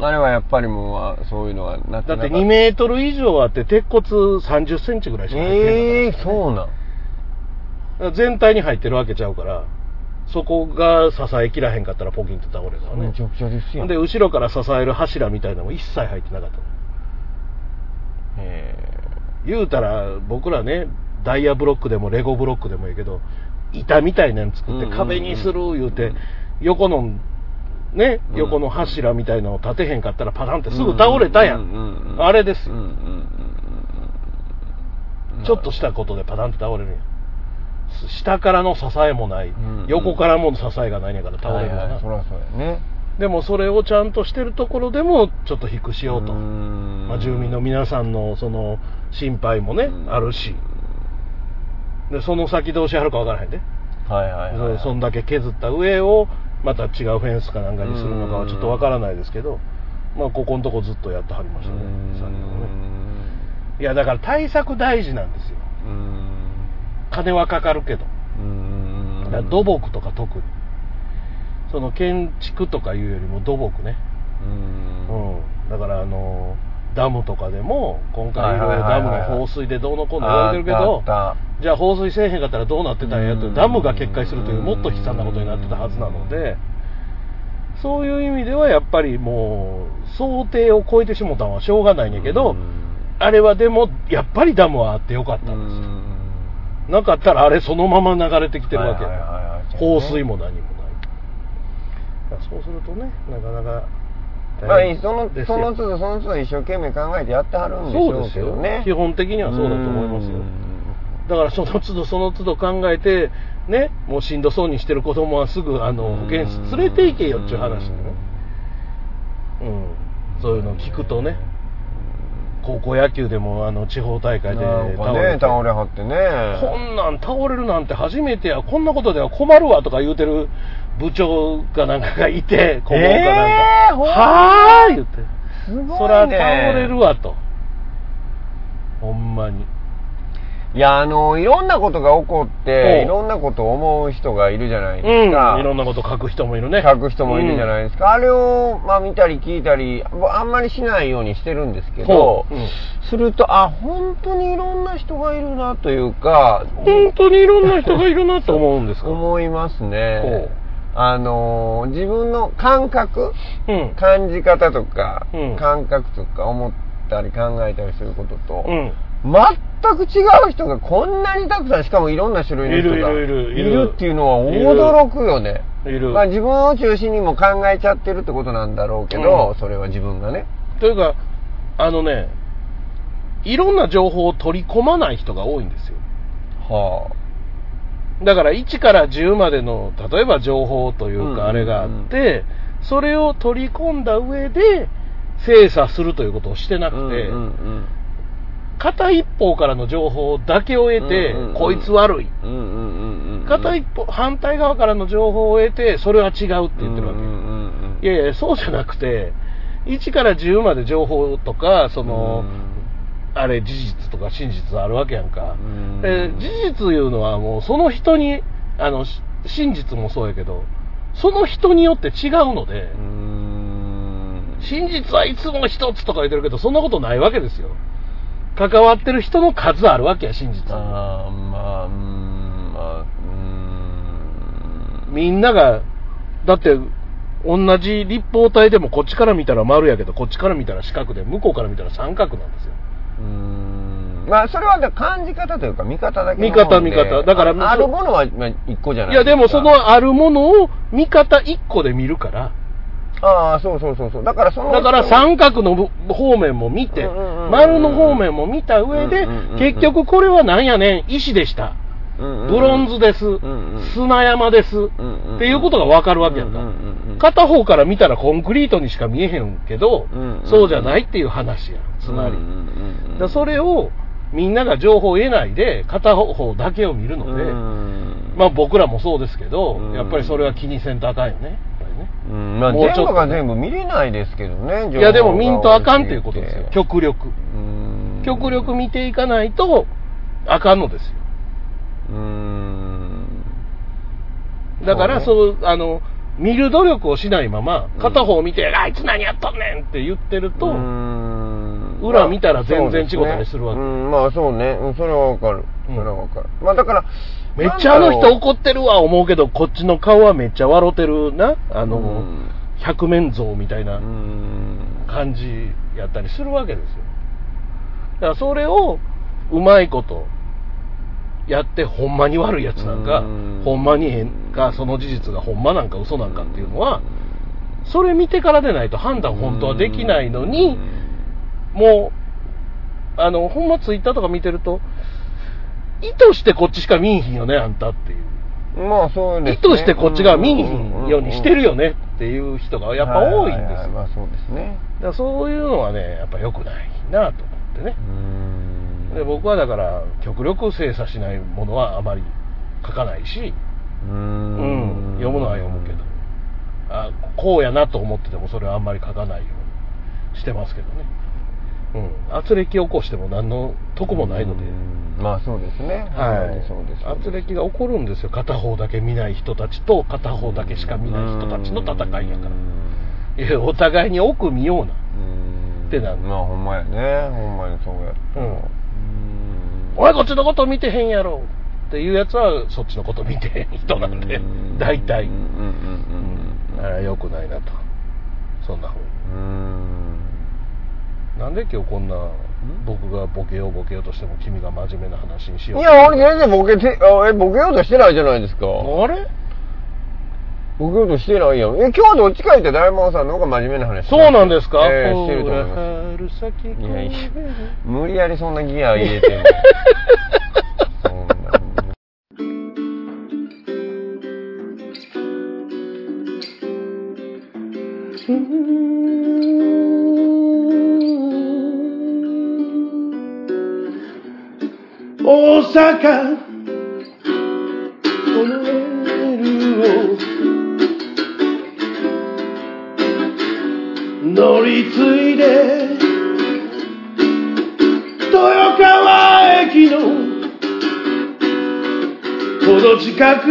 S2: あれはやっぱりもうそういうのはなって
S1: だ
S2: な
S1: って2メートル以上あって鉄骨3 0ンチぐらいしか入って
S2: ええ
S1: へん
S2: ー、そうなん
S1: から全体に入ってるわけちゃうからそこが支えきらへんかったらポキンと倒れるから
S2: め
S1: ね
S2: ちゃくちゃですやん
S1: で後ろから支える柱みたいなのも一切入ってなかったの
S2: え
S1: 言うたら僕らねダイヤブロックでもレゴブロックでもいいけど板みたいなの作って
S2: うんうんうん
S1: 壁にする言うて横のね
S2: うん
S1: 横の柱みたいなのを立てへんかったらパタンって
S2: ー
S1: すぐ倒れたや
S2: うんうう
S1: あれです
S2: う
S1: よ
S2: んうんうんうんうん
S1: ちょっとしたことでパタンって倒れるんや下からの支えもない、
S2: ん
S1: 横からも支えがないんやから倒れるよな、
S2: はいはいそりゃそうやね
S1: でもそれをちゃんとしてるところでもちょっと低くしようと、
S2: うーん
S1: まあ、住民の皆さんのその心配もね、
S2: うん
S1: あるしでその先どうしはるかわからへんで、
S2: はいはいはい
S1: そそんだけ削った上をまた違うフェンスかなんかにするのかはちょっとわからないですけど、まあ、ここのとこずっとやってはりま
S2: う
S1: し
S2: ー
S1: たね
S2: ん
S1: 作業ねいやだから対策大事なんですよ
S2: うーん
S1: 金はかかるけど
S2: うーん
S1: だから土木とか特にその建築とかいうよりも土木ね、
S2: うーん
S1: うん、だからあのダムとかでも今回いろいろ
S2: はいはいは
S1: ダ
S2: い
S1: ム
S2: はい
S1: の放水でどうのこうの言われてるけ
S2: あ
S1: ど
S2: ったあっ
S1: じゃあ放水せえへんかったらどうなってたんやと
S2: うん
S1: ダムが決壊するというもっと悲惨なことになってたはずなのでそういう意味ではやっぱりもう想定を超えてしもたのはしょうがないんやけ
S2: う
S1: ど
S2: ん
S1: あれはでもやっぱりダムはあってよかった
S2: うん
S1: ですよ
S2: ん
S1: なかったらあれそのまま流れてきてるわけだ
S2: はいはいはいはい
S1: 放水も何もないだからそうするとねなかなか
S2: まあ
S1: 大変
S2: その
S1: です
S2: そ
S1: よ
S2: の都度その都度一生懸命考えてやってはるんでし
S1: そ
S2: ょ
S1: う
S2: う
S1: です
S2: けど
S1: よ
S2: ね
S1: 基本的にはそうだと思いますよ
S2: うーん
S1: だからその都度その都度考えてねもうしんどそうにしてる子供はすぐあの保健室連れて行けよっていう話でねうんそういうのを聞くとね高校野球でもあの地方大会で
S2: なんか
S1: 倒
S2: ね
S1: れて
S2: 倒れはって
S1: こ
S2: ね
S1: んなん倒れるなんて初めてやこんなことでは困るわとか言うてる部長かなんかがいて顧問か
S2: え
S1: なんか、
S2: ーほん
S1: はーい言って
S2: すごいね
S1: そら倒れるわとほんまに
S2: いやあのいろんなことが起こって
S1: うん
S2: いろんなことを思う人がいるじゃない
S1: うん
S2: で
S1: い
S2: すか、
S1: ろんなこと書く人もいるね
S2: 書く人もいるじゃないですか、あれを、まあ、見たり聞いたりああんまりしないようにしてるんですけど、
S1: ほううん
S2: するとあ本当にいろんな人がいるなというか
S1: 本当にいろんな人がいるなと思うんですか
S2: 思います
S1: ほ
S2: ね
S1: う
S2: あの自分の感覚
S1: うん
S2: 感じ方とか、
S1: うん
S2: 感覚とか思ったり考えたりすることと、
S1: うん
S2: 全く違う人がこんなにたくさんしかもいろんな種類の人が
S1: いるいるいるいる
S2: いるっていうのは驚くよね
S1: いる
S2: まあ、自分を中心にも考えちゃってるってことなんだろうけ
S1: う
S2: ど、
S1: ん
S2: それは自分がね
S1: というかあのねいろんな情報を取り込まない人が多いんですよ
S2: は
S1: だから1から10までの例えば情報という
S2: うん
S1: かあれがあって、それを取り込んだ上で精査するということをして
S2: あ
S1: なくて、
S2: うんうん
S1: 片一方からの情報だけを得て、
S2: うんうんうん
S1: こいつ悪い
S2: うんうんうんうん
S1: 片一方反対側からの情報を得てそれは違うって言ってるわけ、
S2: うんうんうん
S1: いやいやそうじゃなくて1から10まで情報とかその、あれ事実とか真実あるわけやんか、
S2: うん
S1: で事実いうのはもうその人にあのし真実もそうやけどその人によって違うので、
S2: うん
S1: 真実はいつも一つとか言ってるけどそんなことないわけですよ関わってる人の数あるわけや真実は
S2: あーまあうんまあうん
S1: みんながだって同じ立方体でもこっちから見たら丸やけどこっちから見たら四角で向こうから見たら三角なんですよ
S2: うんまあそれはだから感じ方というか見方だけの
S1: 見方
S2: もんで
S1: 見方だから
S2: ああるものはまあ一個じゃない
S1: いやでもそ
S2: すか
S1: のあるものを見方一個で見るから
S2: ああそうそうそうそうだからその
S1: だから三角の方面も見て
S2: うんうんうんうん
S1: 丸の方面も見た上で
S2: うんうんうんうん
S1: 結局これは何やねん石でした
S2: ブ
S1: ブロンズです
S2: んうん
S1: 砂山ですっていうことが分かるわけやん
S2: うん
S1: か
S2: うんうん
S1: 片方から見たらコンクリートにしか見えへんけど
S2: うんうん
S1: そうじゃないっていう話やんつまり
S2: うんうんうん
S1: だからそれをみんなが情報を得ないで片方だけを見るので
S2: うん
S1: まあ僕らもそうですけど
S2: うん
S1: やっぱりそれは気にせんとあかんよねやっぱりね
S2: うんまあ
S1: もうちょっと
S2: 全部が全部見れないですけどね
S1: いやでも見んとあかんっていうことですよ極力
S2: うん
S1: 極力見ていかないとあかんのですよ
S2: うん
S1: だから
S2: そ
S1: そうあの見る努力をしないまま片方を見て、あいつ何やっとんねんって言ってると、
S2: うん
S1: 裏見たら全然違ったりするわけ
S2: うんまあそうねうんそれはわかるそ
S1: うん
S2: れはわかるまあだから
S1: めっちゃあの
S2: なんだ
S1: 人
S2: ろう
S1: 怒ってるわ思うけどこっちの顔はめっちゃ笑ってるなあの、
S2: うん
S1: 百面像みたいな
S2: うん
S1: 感じやったりするわけですよだからそれをうまいことやってほんまに悪いやつなんか
S2: うん
S1: ほんまに変かその事実がほんまなんか嘘なんかっていうのはそれ見てからでないと判断本当はできないのにもうあのほんまツイッターとか見てると意図してこっちしか見えひんよねあんたっていう
S2: まあそうで
S1: 意
S2: すね
S1: 図してこっちが見えひんようにしてる
S2: よ
S1: よねっていう人がやっぱ多いんですよ
S2: まあそうですね
S1: だからそういうのはねやっぱ良くないなと思ってね
S2: うーん
S1: で僕はだから極力精査しないものはあまり書かないし、
S2: うー
S1: うんん、読むのは読むけどあこうやなと思っててもそれはあんまり書かないようにしてますけどねうん圧力を起こしても何の得もないので、
S2: うんまあそうですね
S1: はい、
S2: そうです
S1: 圧力が起こるんですよ片方だけ見ない人たちと片方だけしか見ない人たちの戦いやか
S2: う
S1: らいやお互いに奥見ような
S2: ーん
S1: ってなる
S2: まあほんまやねほんまにそうやった
S1: うん
S2: ん
S1: おいこっちのこと見てへんやろっていうやつはそっちのこと見てへん人なんで
S2: うん
S1: 大体
S2: うんうんうん
S1: あれよくないなとそんなふうに
S2: うんうん
S1: なんで今日こんな僕がボケようボケようとしても君が真面目な話にしよう
S2: いや俺全然ボケてあえボケようとしてないじゃないですか
S1: あれ
S2: ボケようとしてないやんえ今日どっちか言って大門さんの方が真面目な話
S1: そうなんですか、
S2: えーしてると思い
S1: ほ
S2: ま
S1: ら春先
S2: すい
S1: 恋
S2: やいや
S1: ベル
S2: 無理やりそんなギア入 れてもそんな
S3: 大阪このエールを乗り継いで豊川駅のほど近く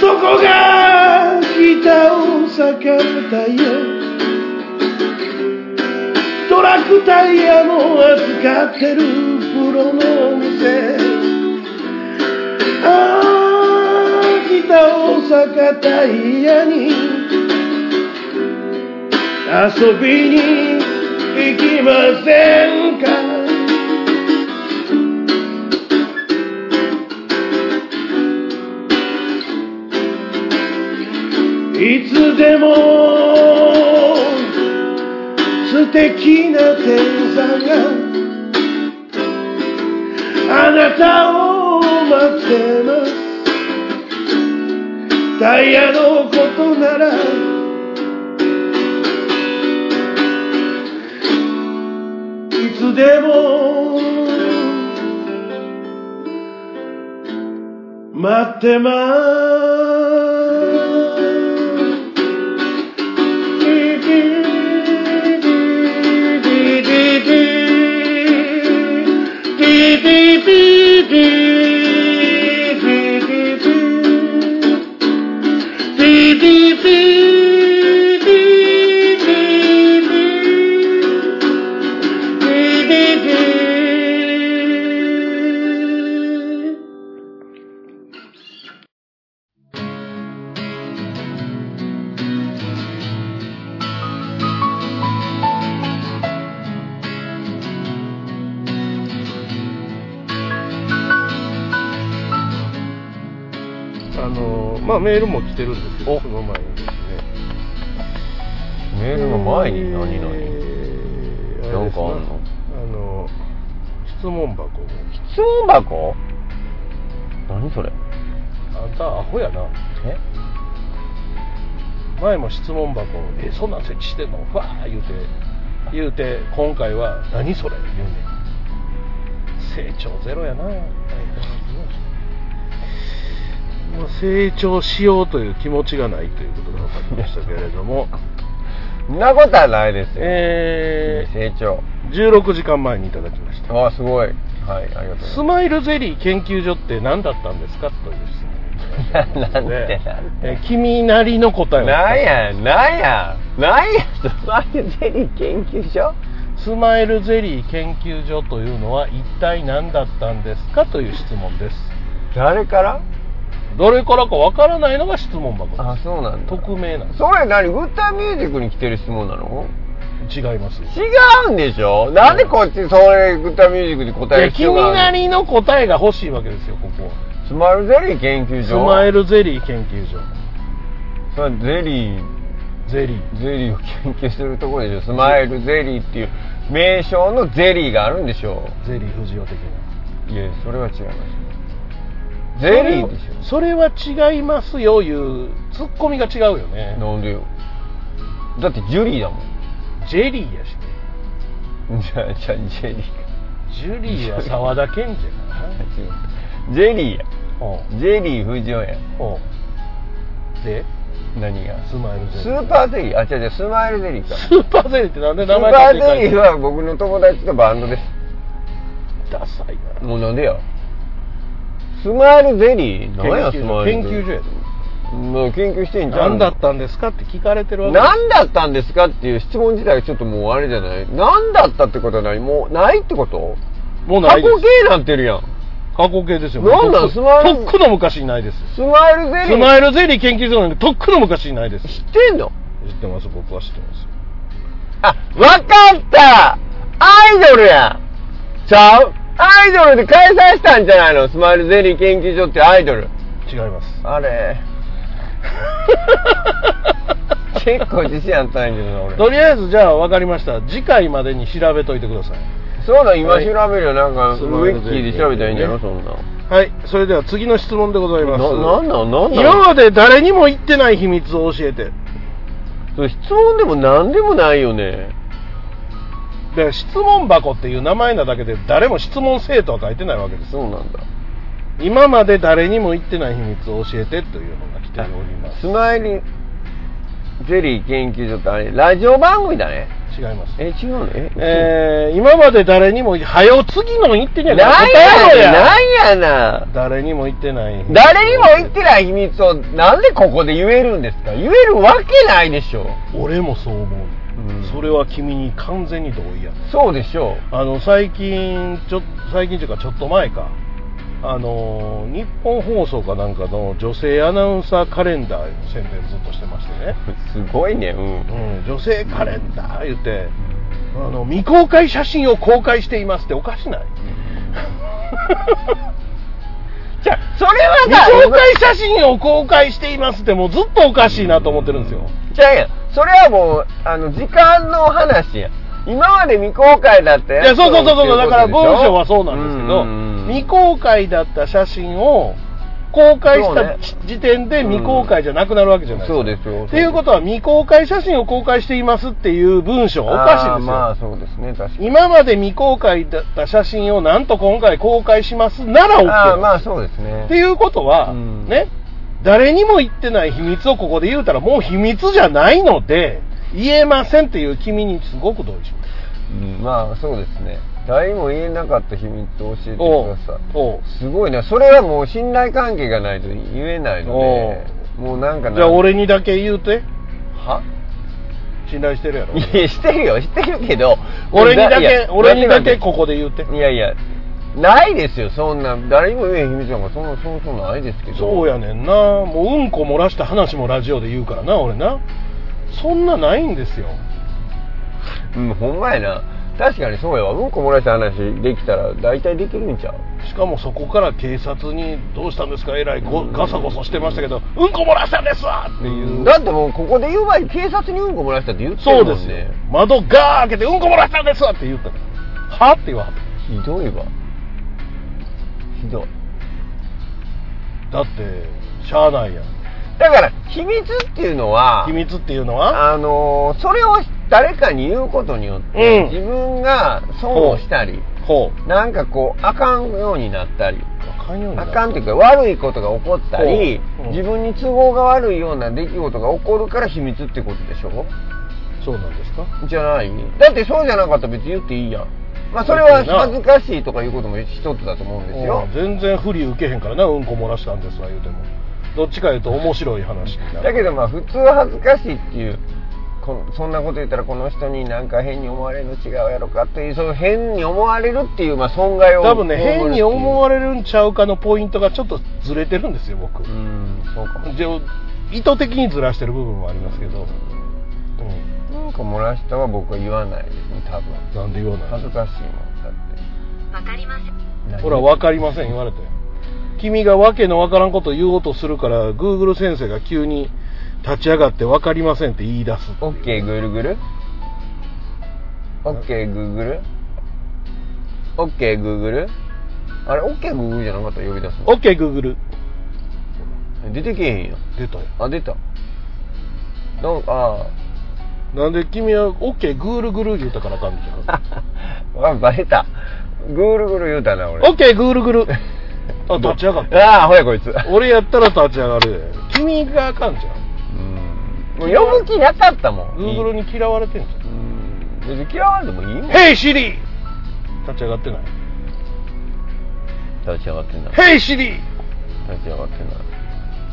S3: そこが北大阪タイヤトラックタイヤも扱ってるプロのお店ああ北大阪タイヤに遊びに行きませんかいつでも素敵な天才があなたを待ってますタイヤのことならいつでも待ってます
S1: あのまあメールも来てるんですけどその前にですね
S2: メールの前に何々、
S1: えー
S2: なんかあんの
S1: あの質問箱
S2: 質問箱何そ
S1: あ
S2: れ
S1: んたアホやな
S2: え
S1: 前も質問箱「えそんなん設置してんの?」わー言うて言うて今回は「何それ?」言うねん成長ゼロやなまあ成長しようという気持ちがないということが分かりましたけれども
S2: そんなことはないですよ、
S1: え
S2: 成長
S1: ー、16時間前にいただきました
S2: ああすごいはいありがとうございます
S1: スマイルゼリー研究所って何だったんですかという質 問がいただきましたので
S2: なん
S1: えー君なりの答えを
S2: なんやなんやなんやスマイルゼリー研究所
S1: スマイルゼリー研究所というのは一体何だったんですかという質問です
S2: 誰から
S1: どれからかわからないのが質問箱
S2: あ
S1: です
S2: そうなんだ
S1: 匿名なんで
S2: それ何グッターミュージックに来てる質問なの
S1: す違います
S2: 違うんでしょなんでこっちそれグッターミュージックに答え
S1: で
S2: る必
S1: 君
S2: 要が
S1: な
S2: ある
S1: りの答えが欲しいわけですよここは
S2: スマイルゼリー研究所
S1: スマイルゼリー研究所
S2: それゼリー
S1: ゼリー
S2: ゼリーを研究してるところでしょスマイルゼリーっていう名称のゼリーがあるんでしょ
S1: ゼリー不二雄的な
S2: ういやそれは違いますゼリーでし
S1: それは違いますよいうツッコミが違うよね
S2: ょなんでよだってジュリーだもん
S1: ジェリーやしね
S2: じゃあじゃあジェリー
S1: ジュリーは沢田研二やからな
S2: 違うジェリーや
S1: おう
S2: ジェリー不二雄や
S1: おうで
S2: 何が
S1: スマイルゼリー
S2: スーパーゼリーあ違う違うスマイルゼリーか
S1: スーパーゼリーってなんで
S2: スー
S1: 名前
S2: パー
S1: 付け替え
S2: ゼリー
S1: た
S2: は僕の友達とバンドです
S1: ダサいな
S2: もうなんでやスマイルゼリー何やス
S1: 研究所
S2: マイルゼリ
S1: 研
S2: ー
S1: 究所や
S2: もう研究してんじゃん
S1: 何だったんですかって聞かれてるわけ
S2: 何だったんですかっていう質問自体がちょっともうあれじゃない何だったってことはないもうないってこと
S1: もうな
S2: 過
S1: い
S2: 去
S1: です
S2: 形なんてるやん
S1: 過去形ですよ
S2: なん
S1: と
S2: なん
S1: っく
S2: スマイル
S1: とっくの昔にないです
S2: スマイルゼ
S1: ス
S2: リー
S1: マイルゼリー研究所なんてとっくの昔にないです
S2: 知ってんの
S1: 知ってます僕は知ってます
S2: あわかったアイドルやちゃうアイドルで開催したんじゃないのスマイルゼリー研究所ってアイドル
S1: 違います
S2: あれ結構自信あったんやけどな俺
S1: とりあえずじゃあ分かりました次回までに調べといてください
S2: そうだ今
S1: はい
S2: 調べるよなんか
S1: ス
S2: ウ
S1: マイ
S2: ィ
S1: ル
S2: ッキ
S1: ゼリ
S2: ー
S1: ー
S2: で調べたらいいんじゃない
S1: ね
S2: そんな
S1: はいそれでは次の質問でございます
S2: ななんなんなんなん
S1: 今まで誰にも言ってない秘密を教えて
S2: それ質問でも何でもないよね
S1: で質問箱っていう名前なだけで誰も質問生徒は書いてないわけです
S2: そうなんだ
S1: 今まで誰にも言ってない秘密を教えてというのが来ております
S2: スマイルゼリー研究所ってあれラジオ番組だね
S1: 違います
S2: え違うのえ
S1: えー、今まで誰にも「はよ次の言ってんやから
S2: なん
S1: 答えろ
S2: や
S1: や
S2: なんやな
S1: 誰にも言ってない
S2: 誰にも言ってない秘密をなんでここで言えるんですか言えるわけないでしょ、
S1: 俺もそう思う、それは君に完全に同意や
S2: そうでしょ
S1: あの最近ちょ最近というかちょっと前かあのー日本放送かなんかの女性アナウンサーカレンダーの宣伝ずっとしてましてね、
S2: すごいねうん
S1: うん、女性カレンダー言ってあの未公開写真を公開していますっておかしない
S2: じゃあそれは
S1: 未
S2: さ
S1: 公開写真を公開していますってもうずっとおかしいなと思ってるんですよ
S2: じゃあやんそれはもうあの時間の話やん今まで未公開だった
S1: い
S2: や
S1: やそうそうそうそう
S2: ってい
S1: だ
S2: こ
S1: から文
S2: とでしょ
S1: 章はそうなんですけど未公開だった写真を公開し
S2: そうね
S1: たち時点で未公開じゃなくなるわけじゃないですか、
S2: そうですよ
S1: っていうことは未公開写真を公開していますっていう文章おかしい
S2: あ
S1: ですよ、
S2: ーまあそうですね確かに
S1: 今まで未公開だった写真をなんと今回公開しますなら OK
S2: ああまあそうですね
S1: っていうことは、
S2: うん
S1: ね誰にも言ってない秘密をここで言うたらもう秘密じゃないので言えませんっていう君にすごく同意します
S2: うんまあそうですね誰も言えなかった秘密を教えてく
S1: おう
S2: ださい
S1: おう
S2: すごいなそれはもう信頼関係がないと言えないのでもうなんかな
S1: じゃあ俺にだけ言うて
S2: は
S1: 信頼してるやろ
S2: いやしてるよ してるけど
S1: 俺にだ
S2: いや
S1: け俺にだ
S2: 待
S1: け
S2: って待
S1: ここで言うて
S2: っていやいやないですよそんな誰にも言えへん秘密なんかそんなそうそうないですけど
S1: そうやねんなもううんこ漏らした話もラジオで言うからな俺なそんなないんですよ
S2: うんほんまやな確かにそうやわうんこ漏らした話できたら大体できるんちゃう
S1: しかもそこから警察に「どうしたんですかえらいごガサゴソしてましたけどうんこ漏らしたんですわ!」っていう
S2: だってもうここで言う前に警察にうんこ漏らしたって言って
S1: そう
S2: るも
S1: で
S2: ん
S1: すね
S2: ね
S1: 窓ガー開けて「うんこ漏らしたんですわ!」って言ったからはって言わはっ
S2: ひどいわひどい
S1: ただってしゃあないやん
S2: だから秘密っていうのは
S1: 秘密っていうのは
S2: あのーそれを誰かに言うことによって、
S1: うん
S2: 自分が損をしたり
S1: ほう
S2: なんかこうあかんようになったり
S1: あかんようにな
S2: あ
S1: る
S2: かんというか悪いことが起こったり
S1: ほううん
S2: 自分に都合が悪いような出来事が起こるから秘密ってことでしょ
S1: そうなんですか
S2: じゃないだってそうじゃなかったら別に言っていいやんまあそれは恥ずかしいとかいうことも一つだと思うんですよ
S1: うん全然不利受けへんからなうんこ漏らしたんですわ言うてもどっちか言うと面白い話にな
S2: だ
S1: る
S2: けどまあ普通は恥ずかしいっていうこのそんなこと言ったらこの人になんか変に思われるの違うやろかっていうその変に思われるっていうまあ損害を
S1: 多分ね変に思わ
S2: れ
S1: れるんちゃうかのポイントがちょっとずれてるんですよ僕
S2: う
S1: で
S2: んそうかも
S1: 意図的にずらしてる部分もありますけど、
S2: なんか漏らしたは僕は言わないですね多分
S1: うん、なんで言わない
S2: 恥ずかしいもんだって
S7: わかりません。
S2: 何
S1: ほら分かりません言われて君がわけのわからんこと言おうとするから Google 先生が急に「立ち上がって分かりませんって言い出す
S2: オッケーグルグルオッケーグーグルオッケーグーグルあれオッケーグーグルじゃなかった呼び出すの
S1: OK グーグル
S2: 出てけえへんやん
S1: 出たよ
S2: あ出たなんか
S1: なんで君は OK グールグル言うたからあかんのじゃん
S2: あーあバレたグールグル言うたな俺
S1: オッケーグールグル あ立ち上がった
S2: ああほやこいつ
S1: 俺やったら立ち上がるで君があかんじゃん
S2: うんもう呼ぶ気なかったもん
S1: グーグルに嫌われてんじ
S2: うん別に嫌われてもいいも
S1: ゃ
S2: ん
S1: ん「ヘイシリ立ち上がってない
S2: 立ち上がってんな
S1: 「ヘイシリ
S2: 立ち上がってんな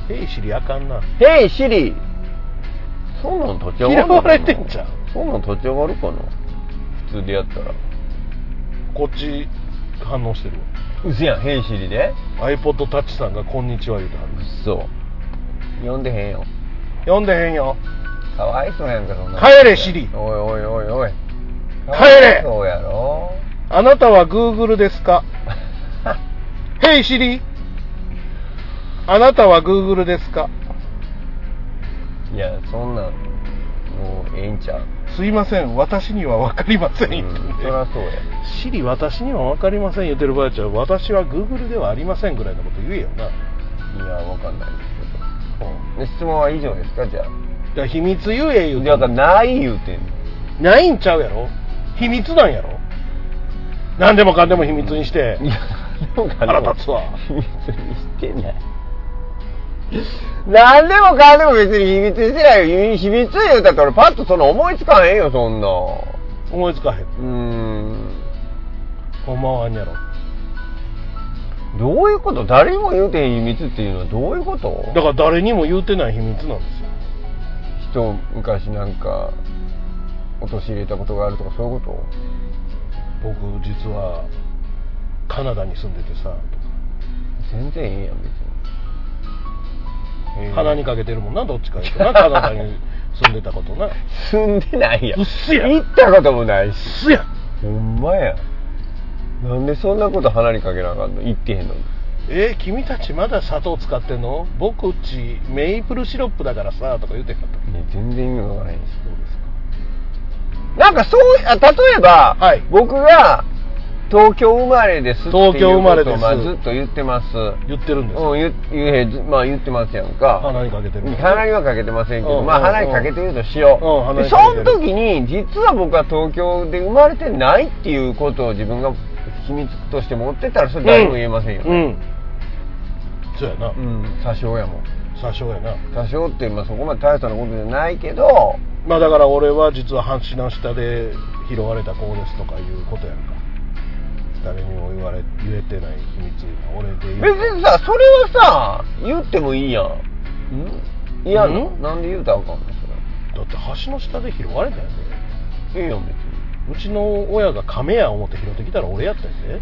S1: ヘイシリあかんな
S2: ヘイシリそんなん立ち上がる
S1: 嫌
S2: かな
S1: われてんじゃん
S2: そんなん立ち上がるかな普通でやったら
S1: こっち反応してる
S2: うせやんヘイシリで
S1: わ iPod タッチさんが「こんにちは」言うてはる
S2: そう呼んでへんよ
S1: 読んでへんよ
S2: かわいそうやんかそんな
S1: 帰れシリ
S2: おいおいおいおい
S1: 帰れ
S2: かわいそうやろ
S1: あなたは Google です かヘイシリあなたは Google ですか
S2: いやそんなんもうええんち ゃう
S1: すいません私には分かりません言ってん
S2: うん
S1: で
S2: そりゃそうや
S1: シリ私には分かりません言ってる場合じゃ私は Google ではありませんぐらいのこと言えよない
S2: や、わかんないですけど。で質問は以上ですかじゃあ。
S1: いや秘密言え言うて
S2: だからない言うてんの。
S1: ないんちゃうやろ秘密なんやろ何でもかんでも秘密にして、
S2: いや、なんか
S1: 腹立つわ
S2: 秘密にしてない。なんでもかんでも別に秘密にしてないよ。秘密言うたって俺パッとその思いつかへんよ、そんな。
S1: 思いつかへん
S2: うーん。
S1: ほんまはあんやろ
S2: どういうこと誰にも言うてへん秘密っていうのはどういうこと
S1: だから誰にも言うてない秘密なんですよ
S2: 人昔なんか、陥れたことがあるとかそういうこ
S1: 僕実はカナダに住んでてさとか
S2: と全然ええやん、別に。
S1: 鼻にかけてるもんなどっちか言うとなカナダに住んでたこと なうっ
S2: 住んでないやん
S1: うっすやん
S2: 行ったこともないし
S1: すやん
S2: ほんまやなんでそんなこと鼻にかけなあかんの行ってへんのに
S1: えー君たちまだ砂糖使ってんの僕ちメイプルシロップだからさとか言うてんかっ
S2: いや全然意味わからへんしどうですかなんかそうあ例えば、
S1: はい
S2: 僕が東京生まれですっていうことを
S1: 東京生まれです
S2: まあずっと言ってます
S1: た言ってるんですよ、
S2: うん言言えずまあ言ってますやんか
S1: 鼻にかけてるもん
S2: 鼻にはかけてませんけど、
S1: うん
S2: まあ
S1: うん
S2: 鼻にかけてるとしよ
S1: うん
S2: う。
S1: 鼻
S2: で、
S1: に
S2: そ
S1: かけて
S2: の
S1: る
S2: 時に、実は僕は東京で生まれてないっていうことを自分が秘密として持ってたら、それ誰も言えませんよ
S1: う
S2: ね。
S1: んそうやな
S2: うん、多少やもん。
S1: 詐称やな
S2: 多少って、まあそこまで大したことじゃないけど、
S1: まあだから俺は実は橋の下で拾われた子ですとかいうことやんか誰にも言われ言えてない秘密俺で言う
S2: 別にさ、それはさ、言ってもいいやん。んいや、
S1: うん
S2: なんで言うたらあかんの
S1: だって橋の下で拾われたんやで
S2: それ。いいやん、別に。
S1: うちの親が亀や思って拾ってきたら俺やったんやで